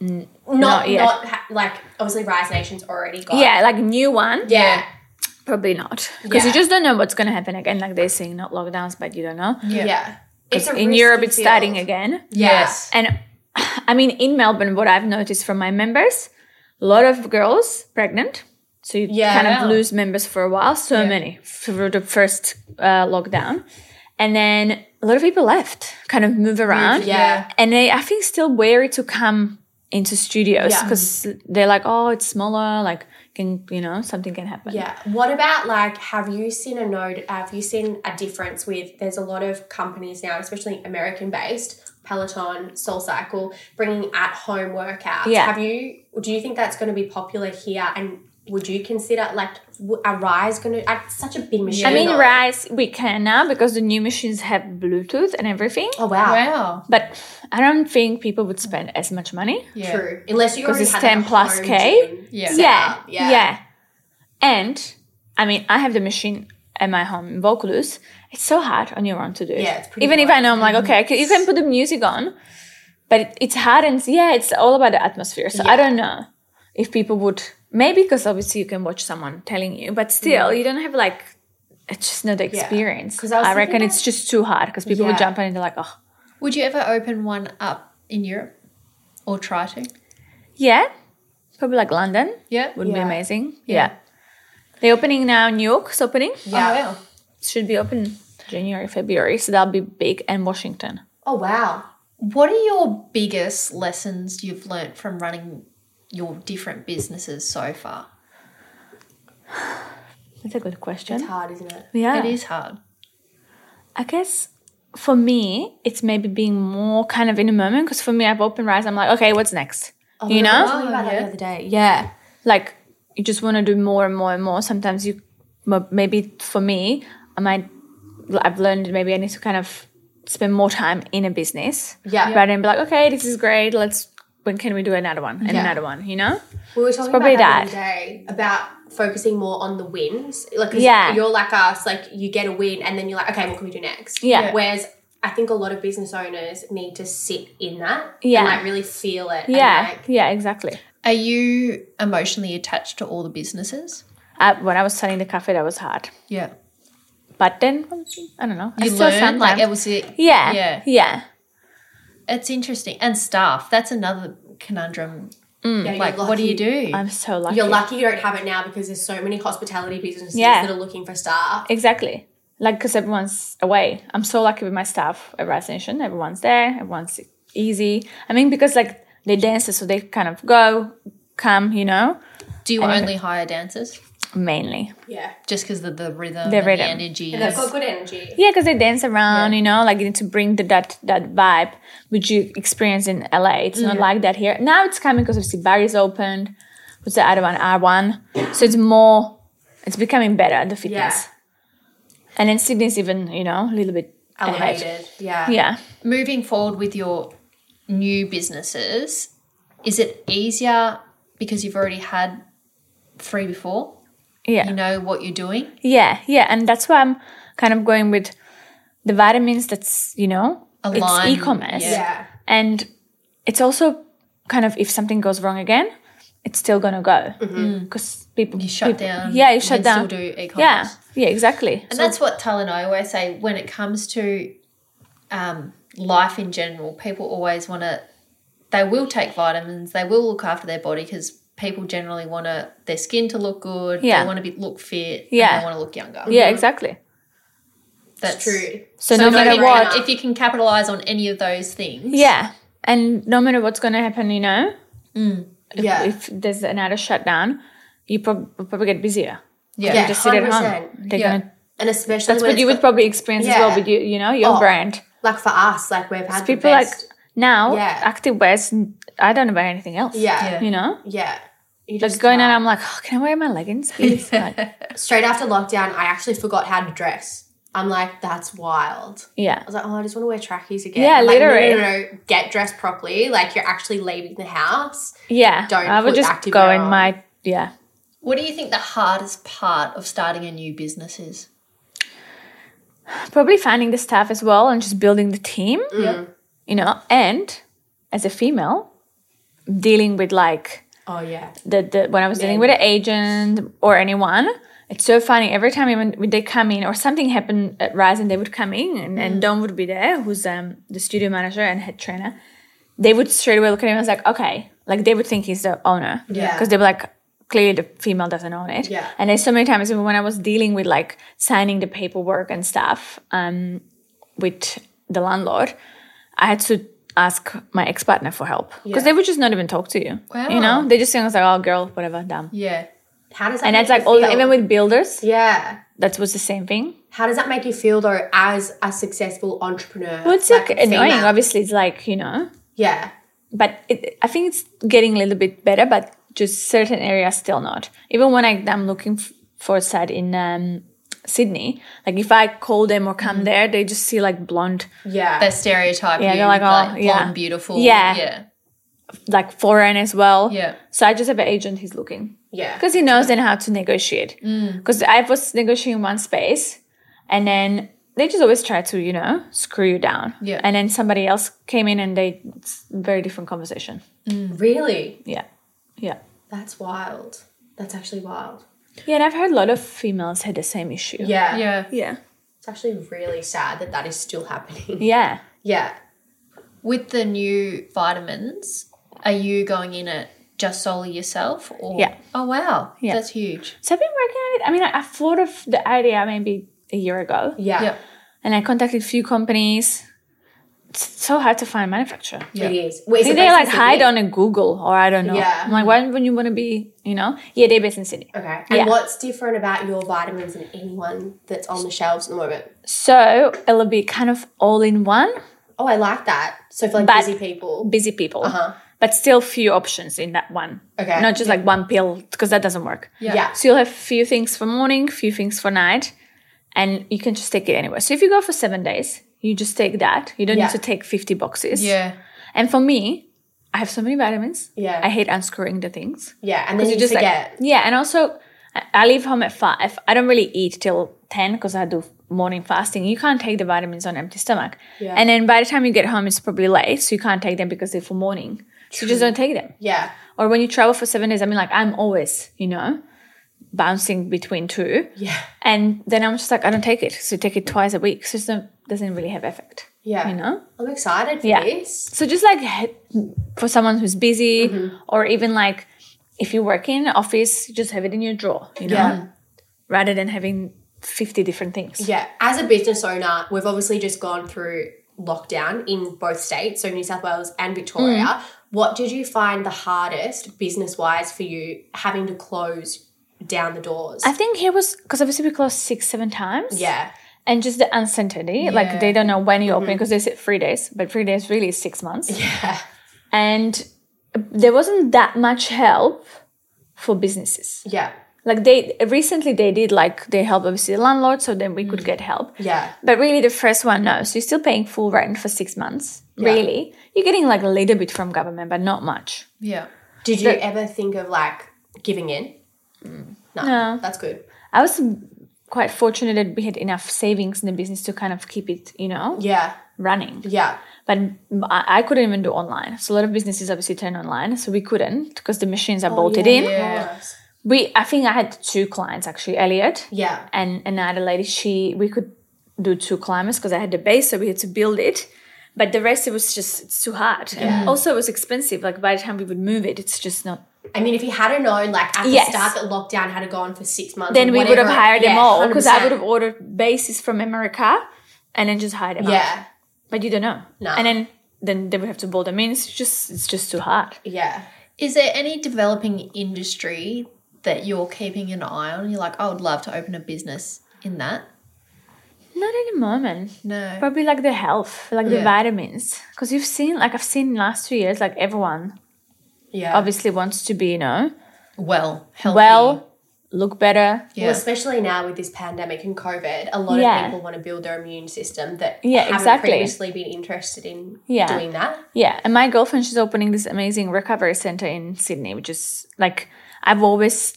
Speaker 1: not
Speaker 3: not yet.
Speaker 1: not ha- like obviously Rise Nation's already got
Speaker 3: Yeah, like new one.
Speaker 1: yeah
Speaker 3: Probably not. Because
Speaker 1: Yeah.
Speaker 3: you just don't know what's going to happen again. Like they're saying not lockdowns, but you don't know.
Speaker 1: yeah. It's a
Speaker 3: in
Speaker 1: risky
Speaker 3: Europe, it's
Speaker 1: field.
Speaker 3: starting again.
Speaker 2: yes
Speaker 3: And (sighs) I mean, in Melbourne, what I've noticed from my members, a lot of girls pregnant. So you
Speaker 1: Yeah.
Speaker 3: kind of lose members for a while. So many through the first uh, lockdown. And then a lot of people left, kind of move around.
Speaker 1: yeah.
Speaker 3: And they, I think, still wary to come into studios
Speaker 1: Yeah.
Speaker 3: because they're like, oh, it's smaller. Like, can, you know, something can happen.
Speaker 1: Yeah. What about like have you seen a node have you seen a difference with there's a lot of companies now, especially American based, Peloton, SoulCycle, bringing at home workouts.
Speaker 3: Yeah.
Speaker 1: Have you do you think that's going to be popular here and would you consider like w- a rise going to it's such a big machine? Oh,
Speaker 3: I mean,
Speaker 1: though.
Speaker 3: Rise, we can now because the new machines have Bluetooth and everything.
Speaker 1: Oh wow.
Speaker 2: wow
Speaker 3: But I don't think people would spend as much money.
Speaker 2: yeah
Speaker 1: True. Unless you already
Speaker 3: it's
Speaker 1: had, like,
Speaker 3: 10
Speaker 1: a
Speaker 3: plus
Speaker 1: home
Speaker 3: K.
Speaker 1: gym
Speaker 2: Yeah.
Speaker 1: set
Speaker 3: Yeah,
Speaker 1: up.
Speaker 3: yeah. And I mean, I have the machine at my home in Vocalus. It's so hard on your own to do. it.
Speaker 1: Yeah, it's pretty
Speaker 3: Even if I know I'm like, okay, I can- you can put the music on, but it, it's hard and yeah, it's all about the atmosphere. So I don't know if people would, maybe because obviously you can watch someone telling you, but still, you don't have like, it's just not the experience.
Speaker 1: 'Cause
Speaker 3: Because
Speaker 1: I was
Speaker 3: I,
Speaker 1: thinking
Speaker 3: reckon
Speaker 1: that-
Speaker 3: it's just too hard because people would
Speaker 1: Yeah.
Speaker 3: jump in and they're like, oh,
Speaker 2: would you ever open one up in europe or try to
Speaker 3: yeah, probably like London.
Speaker 2: yeah
Speaker 3: would be
Speaker 1: Yeah.
Speaker 3: amazing. Yeah. They're opening now, New York's opening.
Speaker 1: Yeah.
Speaker 2: oh, wow
Speaker 3: Should be open January, February. So that'll be big. And Washington.
Speaker 1: Oh wow.
Speaker 2: What are your biggest lessons you've learnt from running your different businesses so far?
Speaker 3: That's a good
Speaker 1: It's
Speaker 3: question.
Speaker 1: hard, isn't it?
Speaker 3: Yeah.
Speaker 2: It is hard.
Speaker 3: I guess for me, it's maybe being more kind of in the moment because for me, I've opened Rise. I'm like, okay, what's next? you
Speaker 1: I
Speaker 3: know?
Speaker 1: was talking about that the other day. Yeah.
Speaker 3: like you just want to do more and more and more sometimes you m- maybe for me i might i've learned maybe i need to kind of spend more time in a business
Speaker 1: Yeah.
Speaker 3: rather than be like okay this is great let's when can we do another one and
Speaker 1: Yeah.
Speaker 3: another one you know
Speaker 1: We were talking
Speaker 3: probably
Speaker 1: about that, the other day about focusing more on the wins. Like, 'cause
Speaker 3: Yeah.
Speaker 1: you're like us, like you get a win and then you're like, okay, what can we do next?
Speaker 3: Yeah. Yeah.
Speaker 1: Whereas I think a lot of business owners need to sit in that
Speaker 3: Yeah.
Speaker 1: and like really feel it. and,
Speaker 3: yeah
Speaker 1: like,
Speaker 3: yeah exactly
Speaker 2: Are you emotionally attached to all the businesses?
Speaker 3: uh, when i was starting the cafe that was hard
Speaker 2: Yeah.
Speaker 3: but then i don't know I
Speaker 2: You
Speaker 3: still
Speaker 2: learn like
Speaker 3: sometimes-
Speaker 2: it was it.
Speaker 3: yeah
Speaker 2: Yeah.
Speaker 3: yeah
Speaker 2: It's interesting. And staff, that's another conundrum.
Speaker 1: yeah, you're
Speaker 2: Hmm. Like what do you
Speaker 1: lucky-
Speaker 2: do?
Speaker 3: i'm so lucky
Speaker 1: You're lucky you don't have it now because there's so many hospitality businesses
Speaker 3: Yeah.
Speaker 1: that are looking for staff.
Speaker 3: Exactly. Like, because everyone's away. I'm so lucky with my staff at Rise Nation. Everyone's there. Everyone's easy. I mean, because like they dance, so they kind of go, come, you know.
Speaker 2: Do you only hire dancers
Speaker 3: mainly.
Speaker 1: Yeah.
Speaker 2: just because the, the rhythm,
Speaker 3: The
Speaker 2: and
Speaker 3: rhythm.
Speaker 2: the energy?
Speaker 1: They've got good energy.
Speaker 3: Yeah, because they dance around, you know, like you need to bring the, that that vibe which you experience in LA. It's not like that here. Now it's coming because obviously Bar is opened. What's the other one? R one. So it's more. It's becoming better the fitness, and then Sydney's even you know a little bit ahead.
Speaker 1: Elevated. Yeah.
Speaker 3: Yeah,
Speaker 2: Moving forward with your new businesses, is it easier because you've already had three before?
Speaker 3: yeah,
Speaker 2: You know what you're doing.
Speaker 3: yeah, yeah. And that's why I'm kind of going with the vitamins. That's you know
Speaker 2: Align,
Speaker 3: it's e-commerce.
Speaker 1: Yeah.
Speaker 3: and it's also kind of if something goes wrong again it's still gonna go because people
Speaker 2: You shut
Speaker 3: people-
Speaker 2: down,
Speaker 3: yeah you
Speaker 2: you
Speaker 3: shut
Speaker 2: can
Speaker 3: down
Speaker 2: still do e-commerce.
Speaker 3: yeah yeah exactly
Speaker 2: And that's what Tal and I always say when it comes to um, life in general. People always want to, they will take vitamins, they will look after their body because people generally want to their skin to look good,
Speaker 3: Yeah.
Speaker 2: they want to be look fit,
Speaker 3: Yeah.
Speaker 2: and they want to look younger.
Speaker 3: yeah exactly
Speaker 2: that's
Speaker 1: True.
Speaker 3: so, no matter what
Speaker 2: if you can capitalize on any of those things,
Speaker 3: yeah and no matter what's gonna happen you know
Speaker 1: Yeah.
Speaker 3: if there's another shutdown you prob- will probably get busier
Speaker 2: yeah,
Speaker 3: just sit at home
Speaker 1: 100%.
Speaker 3: They're
Speaker 2: Yeah.
Speaker 3: gonna,
Speaker 1: And especially
Speaker 3: that's
Speaker 1: when
Speaker 3: what
Speaker 1: it's
Speaker 3: you would
Speaker 1: got-
Speaker 3: probably experience as
Speaker 1: Yeah.
Speaker 3: well with you you know your
Speaker 1: Oh.
Speaker 3: brand
Speaker 1: like for us, like we've had
Speaker 3: people
Speaker 1: the
Speaker 3: like
Speaker 1: best.
Speaker 3: now
Speaker 1: Yeah.
Speaker 3: active wears i don't know about anything else
Speaker 1: yeah.
Speaker 3: you know
Speaker 1: Yeah. You
Speaker 3: Like going out, I'm like, oh, can I wear my leggings, please? (laughs) Like,
Speaker 1: straight after lockdown, I actually forgot how to dress. I'm like, that's wild.
Speaker 3: yeah,
Speaker 1: I was like, oh, I just want to wear trackies again.
Speaker 3: Yeah,
Speaker 1: I'm like,
Speaker 3: literally.
Speaker 1: No, no, no, get dressed properly. Like you're actually leaving the house.
Speaker 3: yeah.
Speaker 1: (laughs) Don't
Speaker 3: I would
Speaker 1: put
Speaker 3: just
Speaker 1: activewear
Speaker 3: go in
Speaker 1: on.
Speaker 3: my yeah.
Speaker 2: What do you think the hardest part of starting a new business is?
Speaker 3: Probably finding the staff as well and just building the team.
Speaker 1: Mm.
Speaker 3: You know, and as a female, dealing with like
Speaker 1: Oh yeah.
Speaker 3: the, the when I was dealing with an agent or anyone, it's so funny. Every time even when they come in or something happened at Rise and they would come in and,
Speaker 1: Mm.
Speaker 3: and Don would be there, who's um the studio manager and head trainer. They would straight away look at him and was like, okay, like they would think he's the owner,
Speaker 1: Yeah.
Speaker 3: because they were like. Clearly, the female doesn't own it.
Speaker 1: Yeah.
Speaker 3: And there's so many times even when I was dealing with like signing the paperwork and stuff um, with the landlord, I had to ask my ex partner for help because they would just not even talk to you. You
Speaker 2: Wow.
Speaker 3: know, they just think it's like, oh, girl, whatever, dumb.
Speaker 2: Yeah,
Speaker 1: How does that
Speaker 3: And
Speaker 1: make
Speaker 3: that's like
Speaker 1: you
Speaker 3: all, the,
Speaker 1: feel?
Speaker 3: even with builders,
Speaker 1: yeah.
Speaker 3: that was the same thing.
Speaker 1: How does that make you feel though, as a successful entrepreneur?
Speaker 3: Well, it's like,
Speaker 1: a
Speaker 3: annoying.
Speaker 1: female?
Speaker 3: Obviously, it's like, you know,
Speaker 1: Yeah.
Speaker 3: but it, I think it's getting a little bit better, but just certain areas still not. Even when I, I'm looking f- for a site in um, Sydney, like if I call them or come there, they just see like blonde,
Speaker 1: Yeah.
Speaker 2: they're stereotyping.
Speaker 3: Yeah, they're like, oh,
Speaker 2: blonde,
Speaker 3: yeah.
Speaker 2: beautiful.
Speaker 3: Yeah.
Speaker 2: yeah,
Speaker 3: like foreign as well.
Speaker 2: Yeah.
Speaker 3: So I just have an agent who's looking.
Speaker 1: yeah.
Speaker 3: because he knows then how to negotiate.
Speaker 1: Mm.
Speaker 3: Because I was negotiating one space, and then they just always try to you know screw you down.
Speaker 2: Yeah.
Speaker 3: And then somebody else came in and they it's a very different conversation.
Speaker 1: Really?
Speaker 3: Yeah, yeah,
Speaker 1: That's wild. That's actually wild.
Speaker 3: yeah. And I've heard a lot of females had the same issue.
Speaker 1: Yeah.
Speaker 2: yeah.
Speaker 3: yeah,
Speaker 1: It's actually really sad that that is still happening. (laughs)
Speaker 3: yeah.
Speaker 1: Yeah.
Speaker 2: With the new vitamins, are you going in it just solely yourself? Or
Speaker 3: Yeah.
Speaker 2: oh wow,
Speaker 3: Yeah.
Speaker 2: that's huge.
Speaker 3: So I've been working on it. I mean, I, I thought of the idea maybe a year ago,
Speaker 1: Yeah.
Speaker 2: Yeah,
Speaker 3: and I contacted a few companies. It's so hard to find a manufacturer.
Speaker 2: yeah.
Speaker 1: It is. Wait, is
Speaker 3: Did
Speaker 1: it
Speaker 3: they
Speaker 1: based in
Speaker 3: like hide
Speaker 1: Sydney?
Speaker 3: on a Google or I don't know?
Speaker 1: Yeah.
Speaker 3: I'm like, why wouldn't you want to be, you know? Yeah, they're based in Sydney.
Speaker 1: Okay. And
Speaker 3: Yeah.
Speaker 1: what's different about your vitamins than anyone that's on the shelves at the moment?
Speaker 3: So it'll be kind of all in one,
Speaker 1: Oh, I like that. So for like
Speaker 3: But-
Speaker 1: busy people.
Speaker 3: busy people, but still few options in that one.
Speaker 1: Uh-huh. Okay.
Speaker 3: Not just like one pill, because that doesn't work.
Speaker 1: Yeah.
Speaker 3: So you'll have few things for morning, few things for night, and you can just take it anywhere. So if you go for seven days, you just take that. You don't
Speaker 1: Yeah.
Speaker 3: need to take 50 boxes.
Speaker 2: Yeah.
Speaker 3: And for me, I have so many vitamins.
Speaker 1: Yeah.
Speaker 3: I hate unscrewing the things.
Speaker 1: Yeah. And then you,
Speaker 3: you just like-
Speaker 1: forget.
Speaker 3: yeah, and also I- I leave home at five. I don't really eat till ten because I do morning fasting. You can't take the vitamins on empty stomach, and then by the time you get home, it's probably late, so you can't take them because they're for morning. So you just don't take them.
Speaker 1: yeah.
Speaker 3: Or when you travel for seven days, I mean, like I'm always, you know, bouncing between two,
Speaker 1: Yeah.
Speaker 3: and then I'm just like, I don't take it. So you take it twice a week. So it doesn't- doesn't really have effect.
Speaker 1: Yeah.
Speaker 3: you know.
Speaker 1: I'm excited for
Speaker 3: Yeah.
Speaker 1: this.
Speaker 3: So just like he- for someone who's busy,
Speaker 1: Mm-hmm.
Speaker 3: or even like if you work in an office, you just have it in your drawer, you know,
Speaker 1: Yeah.
Speaker 3: rather than having fifty different things.
Speaker 1: Yeah. As a business owner,
Speaker 3: Mm-hmm.
Speaker 1: we've obviously just gone through lockdown in both states, so New South Wales and Victoria. What did you find the hardest business wise for you having to close down the doors?
Speaker 3: I think he was because obviously we closed six, seven times.
Speaker 1: yeah.
Speaker 3: And just the uncertainty, like they don't know when you open because they said three days, but three days really is six months.
Speaker 1: Mm-hmm. Yeah.
Speaker 3: And there wasn't that much help for businesses.
Speaker 1: Yeah.
Speaker 3: Like they recently they did like they help obviously the landlord, so then we
Speaker 2: Mm.
Speaker 3: could get help.
Speaker 1: Yeah.
Speaker 3: But really, the first one, no. So you're still paying full rent for six months. Really, you're getting like a little bit from government, but not much.
Speaker 2: Yeah.
Speaker 1: Did you ever think of like giving in? No,
Speaker 3: Mm. No.
Speaker 1: That's good.
Speaker 3: I was quite fortunate that we had enough savings in the business to kind of keep it, you know,
Speaker 1: Yeah.
Speaker 3: running.
Speaker 1: Yeah.
Speaker 3: But I I couldn't even do online. So a lot of businesses obviously turn online, so we couldn't because the machines are bolted in.
Speaker 2: Oh, Yeah.
Speaker 3: We, I think I had two clients actually, Elliot.
Speaker 1: Yeah.
Speaker 3: and another lady she we could do two climbers because i had the base so we had to build it but the rest it was just it's too hard and also it was expensive like by the time we would move it it's just not
Speaker 1: I mean, if you had known, like at the
Speaker 3: Yes.
Speaker 1: start that lockdown had gone for six months,
Speaker 3: then
Speaker 1: or
Speaker 3: we would have
Speaker 1: whatever,
Speaker 3: hired them
Speaker 1: yeah,
Speaker 3: all because i would have
Speaker 1: 100%.
Speaker 3: ordered bases from america and then just hired them out.
Speaker 1: Yeah.
Speaker 3: but you don't know
Speaker 1: No.
Speaker 3: and then then they would have to build them in it's just it's just too hard
Speaker 1: Yeah.
Speaker 2: Is there any developing industry that you're keeping an eye on? You're like, I would love to open a business in that.
Speaker 3: not at the moment
Speaker 2: No.
Speaker 3: probably like the health like the
Speaker 2: Yeah.
Speaker 3: vitamins because you've seen like i've seen last two years like everyone
Speaker 1: Yeah.
Speaker 3: obviously wants to be you know
Speaker 2: well, healthy.
Speaker 3: well, look better.
Speaker 2: yeah.
Speaker 1: Well, especially now with this pandemic and COVID, a lot
Speaker 3: Yeah.
Speaker 1: of people want to build their immune system that
Speaker 3: Yeah,
Speaker 1: haven't
Speaker 3: exactly.
Speaker 1: previously been interested in
Speaker 3: Yeah.
Speaker 1: doing that.
Speaker 3: Yeah. And my girlfriend, she's opening this amazing recovery center in Sydney, which is like, I've always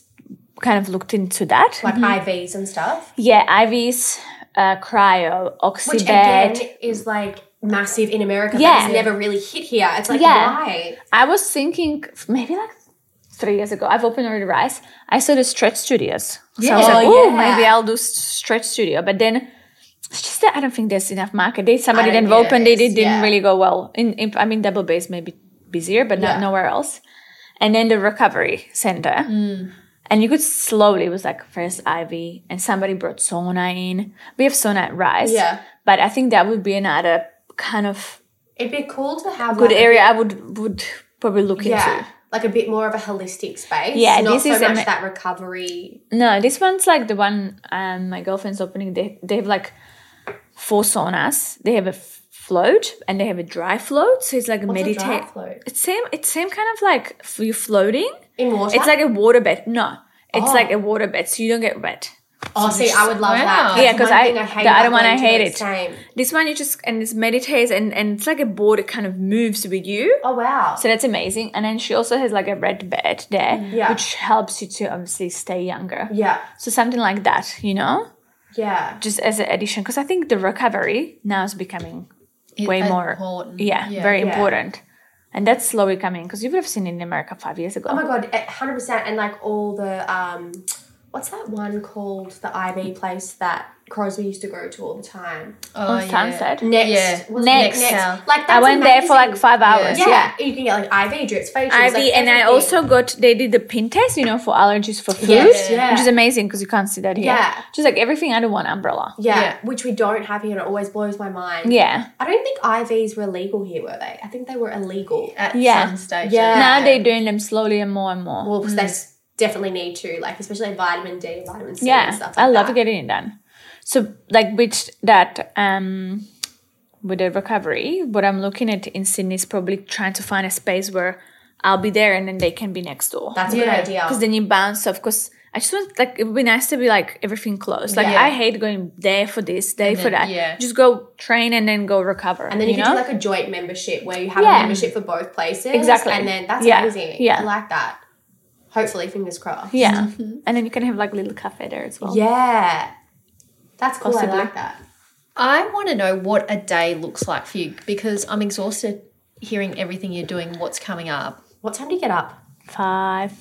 Speaker 3: kind of looked into that.
Speaker 1: Like IVs and stuff.
Speaker 3: Yeah. IVs, uh, cryo, oxybed.
Speaker 1: Which again is like massive in America, but
Speaker 3: Yeah.
Speaker 1: it's never really hit here. It's like
Speaker 3: Yeah.
Speaker 1: why?
Speaker 3: I was thinking f- maybe like three years ago, I've opened already Rise. I saw the stretch studios. So I was
Speaker 2: Yeah.
Speaker 3: like,
Speaker 2: Oh,
Speaker 3: oh,
Speaker 2: yeah.
Speaker 3: maybe I'll do s- stretch studio. But then it's just that I don't think there's enough market. They, somebody
Speaker 1: I don't
Speaker 3: didn't
Speaker 1: think
Speaker 3: open,
Speaker 1: there
Speaker 3: they
Speaker 1: is,
Speaker 3: did, didn't
Speaker 1: yeah.
Speaker 3: really go well. In, in I mean, Double Bass maybe busier, but not
Speaker 1: Yeah.
Speaker 3: nowhere else. And then the recovery center.
Speaker 1: Mm.
Speaker 3: And you could slowly, it was like first IV, and somebody brought sauna in. We have sauna at Rise.
Speaker 1: Yeah.
Speaker 3: But I think that would be another kind of
Speaker 1: It'd be cool to have
Speaker 3: good
Speaker 1: like,
Speaker 3: area I would would probably look into.
Speaker 1: Yeah. Like a bit more of a holistic space.
Speaker 3: Yeah,
Speaker 1: Not
Speaker 3: this
Speaker 1: so
Speaker 3: is
Speaker 1: much
Speaker 3: ama-
Speaker 1: that recovery.
Speaker 3: No, this one's like the one um, my girlfriend's opening. They they have like four saunas. They have a f- float and they have a dry float. So it's like a
Speaker 1: What's a dry
Speaker 3: meditate.
Speaker 1: float?
Speaker 3: It's same. It's same kind of like f- you're floating.
Speaker 1: In water?
Speaker 3: It's like a water bed. No, it's like a water bed, so you don't get wet.
Speaker 1: Oh, see, I would love
Speaker 2: Wow.
Speaker 1: that.
Speaker 3: Yeah, 'cause
Speaker 1: one
Speaker 3: I-
Speaker 1: thing
Speaker 3: the other
Speaker 1: about
Speaker 3: one I
Speaker 1: going to
Speaker 3: hate
Speaker 1: the
Speaker 3: it.
Speaker 1: Same.
Speaker 3: This one you just and it's meditates and and it's like a board. It kind of moves with you.
Speaker 1: Oh wow.
Speaker 3: So that's amazing. And then she also has like a red bed there,
Speaker 1: Yeah.
Speaker 3: which helps you to obviously stay younger.
Speaker 1: yeah.
Speaker 3: So something like that, you know.
Speaker 1: Yeah.
Speaker 3: just as an addition because I think the recovery now is becoming way more
Speaker 2: important.
Speaker 3: yeah, very
Speaker 1: Yeah.
Speaker 3: important, and that's slowly coming because you would have seen it in America five years ago.
Speaker 1: Oh my god, hundred percent. And like all the um, what's that one called? The IV place that Crosby used to go to all the time.
Speaker 2: Oh,
Speaker 3: On
Speaker 2: yeah.
Speaker 3: Sunset,
Speaker 1: Next,
Speaker 2: Yeah.
Speaker 1: was it
Speaker 3: Next.
Speaker 2: Yeah.
Speaker 1: Like that's
Speaker 3: I went there for like
Speaker 1: amazing.
Speaker 3: five hours.
Speaker 1: Yeah.
Speaker 3: Yeah.
Speaker 1: you can get like IV drips, facials,
Speaker 3: IV,
Speaker 1: like,
Speaker 3: and I
Speaker 1: everything.
Speaker 3: also got they did the pin test, you know, for allergies for food,
Speaker 1: Yes, yeah.
Speaker 3: which is amazing because you can't see that here.
Speaker 1: Yeah.
Speaker 3: just like everything under one umbrella.
Speaker 1: yeah,
Speaker 2: Yeah.
Speaker 1: which we don't have here, and it always blows my mind.
Speaker 3: Yeah,
Speaker 1: I don't think IVs were legal here, were they? I think they were illegal.
Speaker 2: At
Speaker 3: Yeah.
Speaker 2: some stage.
Speaker 1: Yeah.
Speaker 3: now they're doing them slowly and more and more.
Speaker 1: Well, 'cause they s- definitely need to, like especially vitamin D, vitamin C, and
Speaker 3: Hmm. yeah,
Speaker 1: stuff.
Speaker 3: I
Speaker 1: like
Speaker 3: love
Speaker 1: that.
Speaker 3: getting it done. So, like with that, um, with the recovery, what I'm looking at in Sydney is probably trying to find a space where I'll be there and then they can be next door.
Speaker 1: That's a
Speaker 2: Yeah.
Speaker 1: good idea.
Speaker 3: Because then you bounce off. Because I just want like it would be nice to be like everything close. Like
Speaker 1: Yeah.
Speaker 3: I hate going there for this, there for
Speaker 2: then-
Speaker 3: that.
Speaker 2: yeah.
Speaker 3: just go train and then go recover.
Speaker 1: And then you, can
Speaker 3: know?
Speaker 1: do like a joint membership where you have
Speaker 3: Yeah.
Speaker 1: a membership for both places.
Speaker 3: Exactly.
Speaker 1: And then that's
Speaker 3: Yeah.
Speaker 1: amazing.
Speaker 3: Yeah.
Speaker 1: I like that. Hopefully, fingers crossed.
Speaker 3: yeah,
Speaker 1: (laughs)
Speaker 3: and then you can have like little cafe there as well.
Speaker 1: Yeah. That's cool.
Speaker 3: Possibly.
Speaker 1: I like that.
Speaker 2: I want to know what a day looks like for you because I'm exhausted hearing everything you're doing, what's coming up.
Speaker 1: What time do you get up?
Speaker 3: five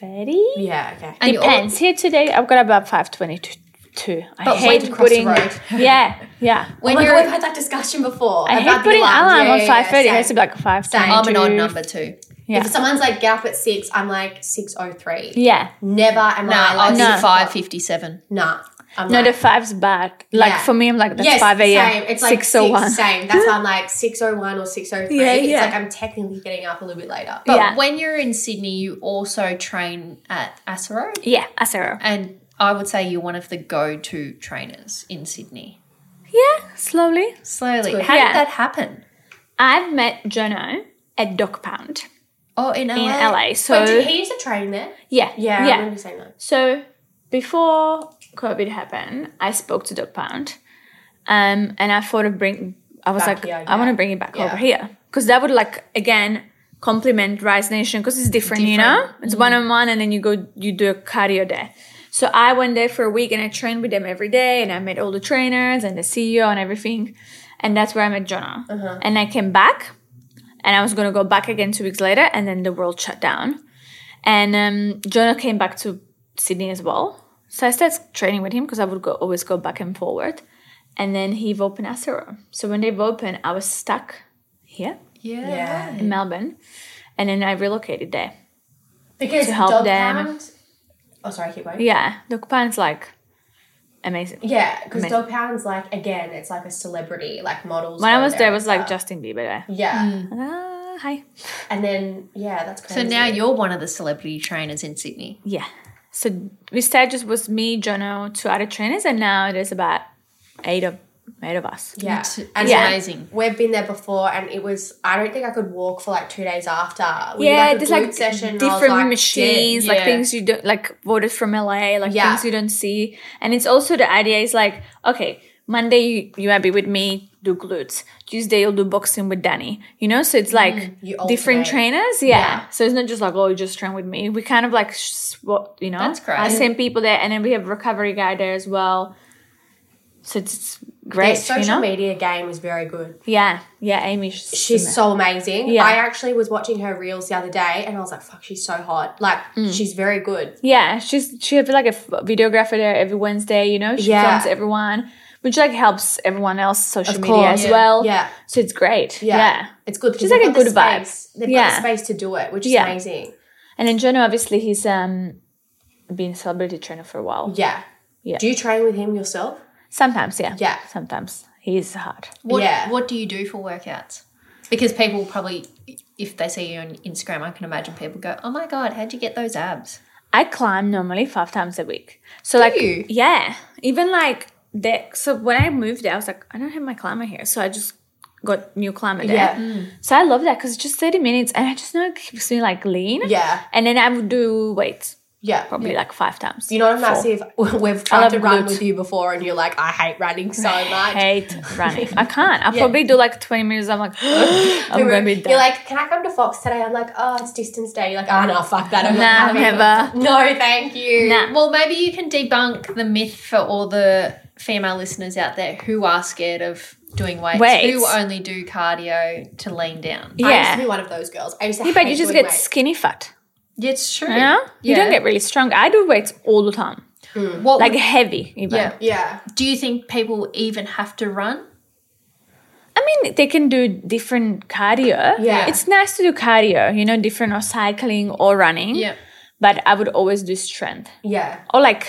Speaker 3: thirty.
Speaker 1: Yeah, okay.
Speaker 2: And you're all-
Speaker 3: Depends. Here today, I've got about five twenty-two. I
Speaker 1: But when to
Speaker 3: hate
Speaker 1: cross the
Speaker 3: putting.
Speaker 1: road.
Speaker 3: (laughs) Yeah, yeah.
Speaker 2: when
Speaker 1: oh my
Speaker 2: you're
Speaker 1: God, we've had that discussion before.
Speaker 3: I hate putting alarm on five thirty. It has to be like five.
Speaker 1: Same.
Speaker 2: I'm an odd
Speaker 3: 22.
Speaker 2: number too.
Speaker 3: Yeah.
Speaker 1: If someone's like, get up at six, I'm like, 6.03.
Speaker 3: Yeah. oh,
Speaker 1: Never am
Speaker 2: No,
Speaker 1: I
Speaker 2: I
Speaker 1: like,
Speaker 2: was
Speaker 3: No.
Speaker 2: five fifty seven.
Speaker 1: nah. I'm
Speaker 3: No,
Speaker 1: like,
Speaker 3: the five's bad. Like
Speaker 1: Yeah.
Speaker 3: for me, I'm like that's
Speaker 1: yes,
Speaker 3: five a.m.
Speaker 1: Same. It's like six oh
Speaker 3: 6:01.
Speaker 1: one. Same. That's why
Speaker 3: (laughs)
Speaker 1: I'm like six oh one or six oh three.
Speaker 3: Yeah,
Speaker 1: It's
Speaker 3: yeah.
Speaker 1: like I'm technically getting up a little bit later.
Speaker 2: But
Speaker 3: Yeah.
Speaker 2: when you're in Sydney, you also train at Asaro.
Speaker 3: Yeah, a zero.
Speaker 2: And I would say you're one of the go to trainers in Sydney.
Speaker 3: Yeah, slowly.
Speaker 2: Slowly. How
Speaker 3: Yeah.
Speaker 2: did that happen?
Speaker 3: I've met Jono at Dog Pound
Speaker 2: Oh, in LA.
Speaker 3: in LA. So
Speaker 1: Wait, did he used to train there?
Speaker 3: yeah,
Speaker 1: Yeah, I
Speaker 3: yeah.
Speaker 1: remember saying that.
Speaker 3: So before COVID happened, I spoke to Dog Pound, um, and I thought of bring. I was
Speaker 1: Back
Speaker 3: like,
Speaker 1: here,
Speaker 3: I want
Speaker 1: yeah.
Speaker 3: to bring it back over here because that would like again complement Rise Nation because it's different, you know. It's one
Speaker 1: Mm-hmm.
Speaker 3: on one, and then you go you do a cardio there. So I went there for a week and I trained with them every day, and I met all the trainers and the CEO and everything, and that's where I met Jonah.
Speaker 1: Uh-huh.
Speaker 3: And I came back, and I was gonna go back again two weeks later, and then the world shut down. And um, Jonah came back to Sydney as well. So I started training with him because I would go always go back and forward. And then he opened Acero. So when they've opened, I was stuck here
Speaker 2: Yeah.
Speaker 1: Yeah.
Speaker 3: in Melbourne. And then I relocated there.
Speaker 1: Because
Speaker 3: To help
Speaker 1: dog
Speaker 3: them.
Speaker 1: pound. Oh, sorry, keep going.
Speaker 3: Yeah, the Pan's like amazing.
Speaker 1: Yeah, because
Speaker 3: Amazing.
Speaker 1: Dog Pound's like again, it's like a celebrity, like models.
Speaker 3: When I
Speaker 1: go
Speaker 3: was there, it was
Speaker 1: and
Speaker 3: like
Speaker 1: stuff.
Speaker 3: Justin Bieber there.
Speaker 1: yeah,
Speaker 3: Ah, hi.
Speaker 1: and then yeah, that's crazy.
Speaker 2: So now you're one of the celebrity trainers in Sydney.
Speaker 3: Yeah. So we started just was me, Jono, two other trainers, and now there's about eight of eight of us.
Speaker 1: yeah,
Speaker 2: It's, it's
Speaker 1: and
Speaker 3: Yeah.
Speaker 2: amazing.
Speaker 1: we've been there before, and it was I don't think I could walk for like two days after. We did,
Speaker 3: yeah,
Speaker 1: a
Speaker 3: there's like
Speaker 1: glute session and I was
Speaker 3: different
Speaker 1: like,
Speaker 3: machines, like
Speaker 2: yeah.
Speaker 3: things you don't like orders from LA, like
Speaker 1: Yeah.
Speaker 3: things you don't see. And it's also the idea is like, okay, Monday you, you might be with me, do glutes. Tuesday you'll do boxing with Danny. You know, so it's like
Speaker 1: Mm, you
Speaker 3: different
Speaker 1: alternate.
Speaker 3: trainers. Yeah. So it's not just like, oh, you just train with me. We kind of like swap, you know,
Speaker 2: That's great.
Speaker 3: our same people there, and then we have recovery guy there as well. So it's, it's
Speaker 1: Their
Speaker 3: great,
Speaker 1: social
Speaker 3: you know.
Speaker 1: media game is very good.
Speaker 3: Yeah, yeah, Amy. She's,
Speaker 1: She's so amazing.
Speaker 3: Yeah.
Speaker 1: I actually was watching her reels the other day, and I was like, "Fuck, she's so hot! Like,
Speaker 3: Mm.
Speaker 1: she's very good."
Speaker 3: Yeah, she's she has like a f- videographer there every Wednesday. You know, she
Speaker 1: Yeah.
Speaker 3: films everyone, which like helps everyone else social
Speaker 1: Of
Speaker 3: media
Speaker 1: course.
Speaker 3: as
Speaker 1: Yeah.
Speaker 3: well.
Speaker 1: Yeah.
Speaker 3: so it's great.
Speaker 1: Yeah,
Speaker 3: Yeah.
Speaker 1: it's good. 'cause
Speaker 3: She's
Speaker 1: they've
Speaker 3: like a
Speaker 1: got the
Speaker 3: good vibe.
Speaker 1: space- They've
Speaker 3: Yeah.
Speaker 1: got the space to do it, which is
Speaker 3: Yeah.
Speaker 1: amazing.
Speaker 3: and in general, obviously, he's um been a celebrity trainer for a while.
Speaker 1: Yeah.
Speaker 3: Yeah.
Speaker 1: Do you train with him yourself?
Speaker 3: Sometimes, yeah,
Speaker 1: Yeah.
Speaker 3: sometimes he's hard.
Speaker 2: What,
Speaker 1: Yeah.
Speaker 2: what do you do for workouts? Because people probably, if they see you on Instagram, I can imagine people go, oh my God, how'd you get those abs?
Speaker 3: I climb normally five times a week. So like
Speaker 2: you?
Speaker 3: yeah, even like that. So when I moved there, I was like, I don't have my climber here, so I just got new climber there.
Speaker 1: Yeah.
Speaker 3: So I love that because it's just thirty minutes, and I just know it keeps me like lean.
Speaker 1: Yeah.
Speaker 3: And then I would do weights
Speaker 1: Yeah.
Speaker 3: probably like five times.
Speaker 1: You know what, Massive? (laughs) We've tried
Speaker 3: love
Speaker 1: to run
Speaker 3: glutes.
Speaker 1: with you before, and you're like, I hate running so
Speaker 3: I
Speaker 1: much.
Speaker 3: hate
Speaker 1: (laughs)
Speaker 3: running. I can't. I probably do like twenty minutes. I'm like, (gasps) I'm gonna be
Speaker 1: (gasps)
Speaker 3: done.
Speaker 1: You're like, can I come to Fox today? I'm like, oh, it's distance day. You're like, oh, no, fuck that.
Speaker 3: (laughs)
Speaker 1: I'm
Speaker 3: Nah,
Speaker 1: not coming. (laughs)
Speaker 3: never.
Speaker 1: No, thank you.
Speaker 3: Nah.
Speaker 2: Well, maybe you can debunk the myth for all the female listeners out there who are scared of doing weights,
Speaker 3: Weights.
Speaker 2: who only do cardio to lean down.
Speaker 1: I used to be
Speaker 3: (laughs) yeah.
Speaker 1: one of those girls. I used to
Speaker 3: Yeah,
Speaker 1: hate
Speaker 3: but you just
Speaker 1: doing
Speaker 3: get
Speaker 1: weights.
Speaker 3: skinny fat.
Speaker 2: It's true.
Speaker 3: You know, you don't get really strong. I do weights all the time,
Speaker 2: what
Speaker 3: (laughs) like
Speaker 2: would-
Speaker 3: heavy. Even.
Speaker 2: yeah.
Speaker 1: Oh. Yeah.
Speaker 2: Do you think people even have to run?
Speaker 3: I mean, they can do different cardio.
Speaker 1: Yeah.
Speaker 3: It's nice to do cardio, you know, different or cycling or running. But I would always do strength
Speaker 1: Yeah.
Speaker 3: or like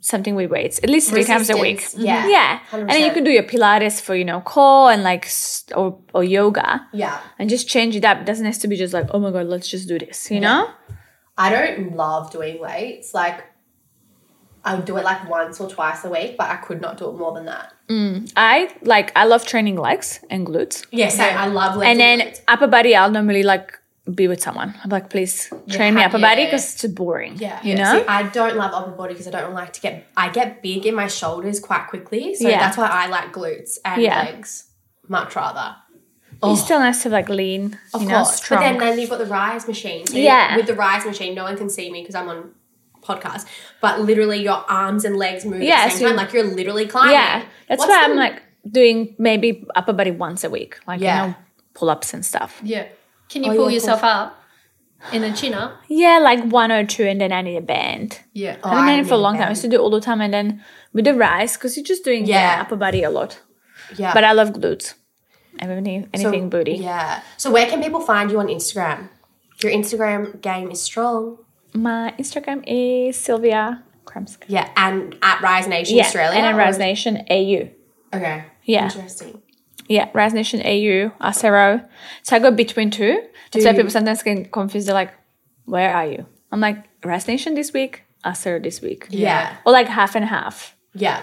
Speaker 3: something with weights, at least three times a week. Mm-hmm.
Speaker 1: Resistance, yeah.
Speaker 3: Yeah. And then you
Speaker 1: 100%.
Speaker 3: can do your Pilates for, you know, core and like, s- or, or yoga
Speaker 1: Yeah.
Speaker 3: and just change it up. It doesn't have to be just like, oh my God, let's just do this, you know?
Speaker 1: I don't love doing weights. Like, I do it like once or twice a week, but I could not do it more than that.
Speaker 3: I like, I love training legs and glutes.
Speaker 1: Yeah, same. I love legs
Speaker 3: And then upper body, I'll normally like be with someone. I'm like, please train me upper body
Speaker 2: yeah.
Speaker 3: because it's boring.
Speaker 1: Yeah.
Speaker 3: You know?
Speaker 1: See, I don't love upper body because I don't like to get I get big in my shoulders quite quickly. So
Speaker 3: Yeah.
Speaker 1: that's why I like glutes and
Speaker 3: Yeah.
Speaker 1: legs much rather.
Speaker 3: It's still nice to like lean,
Speaker 1: oh. Of
Speaker 3: you know,
Speaker 1: course.
Speaker 3: strong.
Speaker 1: But then, then you've got the rise machine. So you-
Speaker 3: Yeah.
Speaker 1: With the rise machine, no one can see me because I'm on podcast. But literally your arms and legs move
Speaker 3: Yeah,
Speaker 1: at the
Speaker 3: so
Speaker 1: same
Speaker 3: you-
Speaker 1: time. Like you're literally climbing.
Speaker 3: yeah, that's
Speaker 1: What's
Speaker 3: why
Speaker 1: the-
Speaker 3: I'm like doing maybe upper body once a week, like
Speaker 1: Yeah.
Speaker 3: you know, pull ups and stuff.
Speaker 2: Yeah. Can you
Speaker 1: Oh,
Speaker 2: pull
Speaker 1: yeah, of
Speaker 2: yourself up in a chin up?
Speaker 3: Yeah, like one or two, and then I need a band.
Speaker 2: Yeah.
Speaker 3: I haven't
Speaker 1: I
Speaker 3: done it for a
Speaker 1: need a
Speaker 3: long time. I
Speaker 1: band.
Speaker 3: used to do it all the time, and then with the rise, because you're just doing yeah.
Speaker 1: Yeah.
Speaker 3: upper body a lot.
Speaker 1: Yeah.
Speaker 3: But I love glutes. I don't need
Speaker 1: So-
Speaker 3: anything booty.
Speaker 1: Yeah. So where can people find you on Instagram? Your Instagram game is strong.
Speaker 3: My Instagram is Sylvia Crumbs.
Speaker 1: Yeah, and at Rise Nation
Speaker 3: Yeah,
Speaker 1: Australia.
Speaker 3: and then
Speaker 1: or-
Speaker 3: Rise Nation AU.
Speaker 1: Okay.
Speaker 3: Yeah.
Speaker 1: Interesting.
Speaker 3: Yeah, Rise Nation AU, Acero. So I go between two. That's why people sometimes get confused. They're like, where are you? I'm like, Rise Nation this week, Acero this week.
Speaker 1: Yeah.
Speaker 3: Or like half and half.
Speaker 1: Yeah.